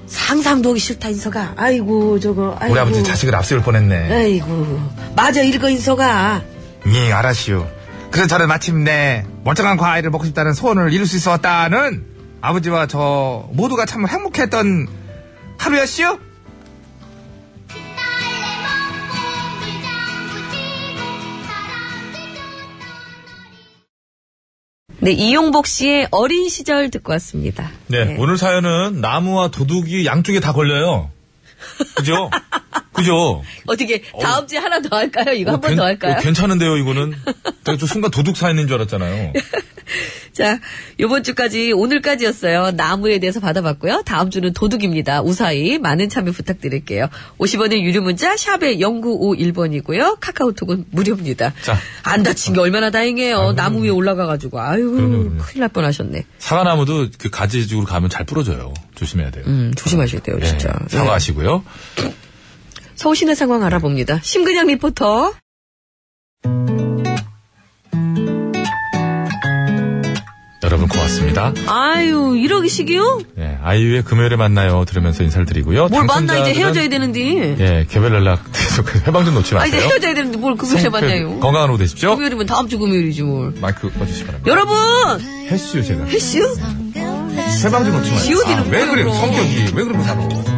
상상도 하기 싫다 인서가 아이고 저거 아이고
우리 아버지 자식을 앞세울 뻔했네.
아이고 맞아 읽어 인서가
예, 알았시오. 그래서 저는 마침내 멀쩡한 과일을 먹고 싶다는 소원을 이룰 수 있었다는 아버지와 저 모두가 참 행복했던 하루였시오.
네, 이용복 씨의 어린 시절 듣고 왔습니다.
네, 오늘 사연은 나무와 도둑이 양쪽에 다 걸려요. 그죠? 그죠?
어떻게 다음 주에 하나 더 할까요? 이거 한 번 더 할까요?
어, 괜찮은데요, 이거는. 제가 좀 순간 도둑 사연인 줄 알았잖아요.
자, 요번 주까지 오늘까지였어요. 나무에 대해서 받아봤고요. 다음 주는 도둑입니다. 우사히 많은 참여 부탁드릴게요. 50원의 유료 문자 샵에 0951번이고요. 카카오톡은 무료입니다.
자.
안 다친 게 얼마나 다행이에요. 나무 위에 올라가 가지고 아유, 큰일 날 뻔하셨네.
사과나무도 그 가지 쪽으로 가면 잘 부러져요. 조심해야 돼요.
음, 조심하셔야 돼요,
예,
진짜. 네.
사과하시고요.
서울시내 상황 알아봅니다. 심근양 리포터.
여러분 고맙습니다.
아유, 이러기식이요?
예, 아이유의 금요일에 만나요 들으면서 인사를 드리고요.
뭘 만나 이제
당첨자들은-
헤어져야 되는데.
예, 개별 연락 계속 해방 좀 놓지
아, 이제
마세요.
헤어져야 되는데 뭘 금요일에
생필-
만나요.
건강한 오후 되십시오.
금요일이면 다음 주 금요일이지 뭘.
마이크 꺼주시기 바랍니다.
여러분!
헬스요 제가.
해슈? 어?
해방 좀 놓지 마세요.
지오디는
아, 왜
뭐예요,
그래요?
그럼?
성격이 왜 그러고 살아?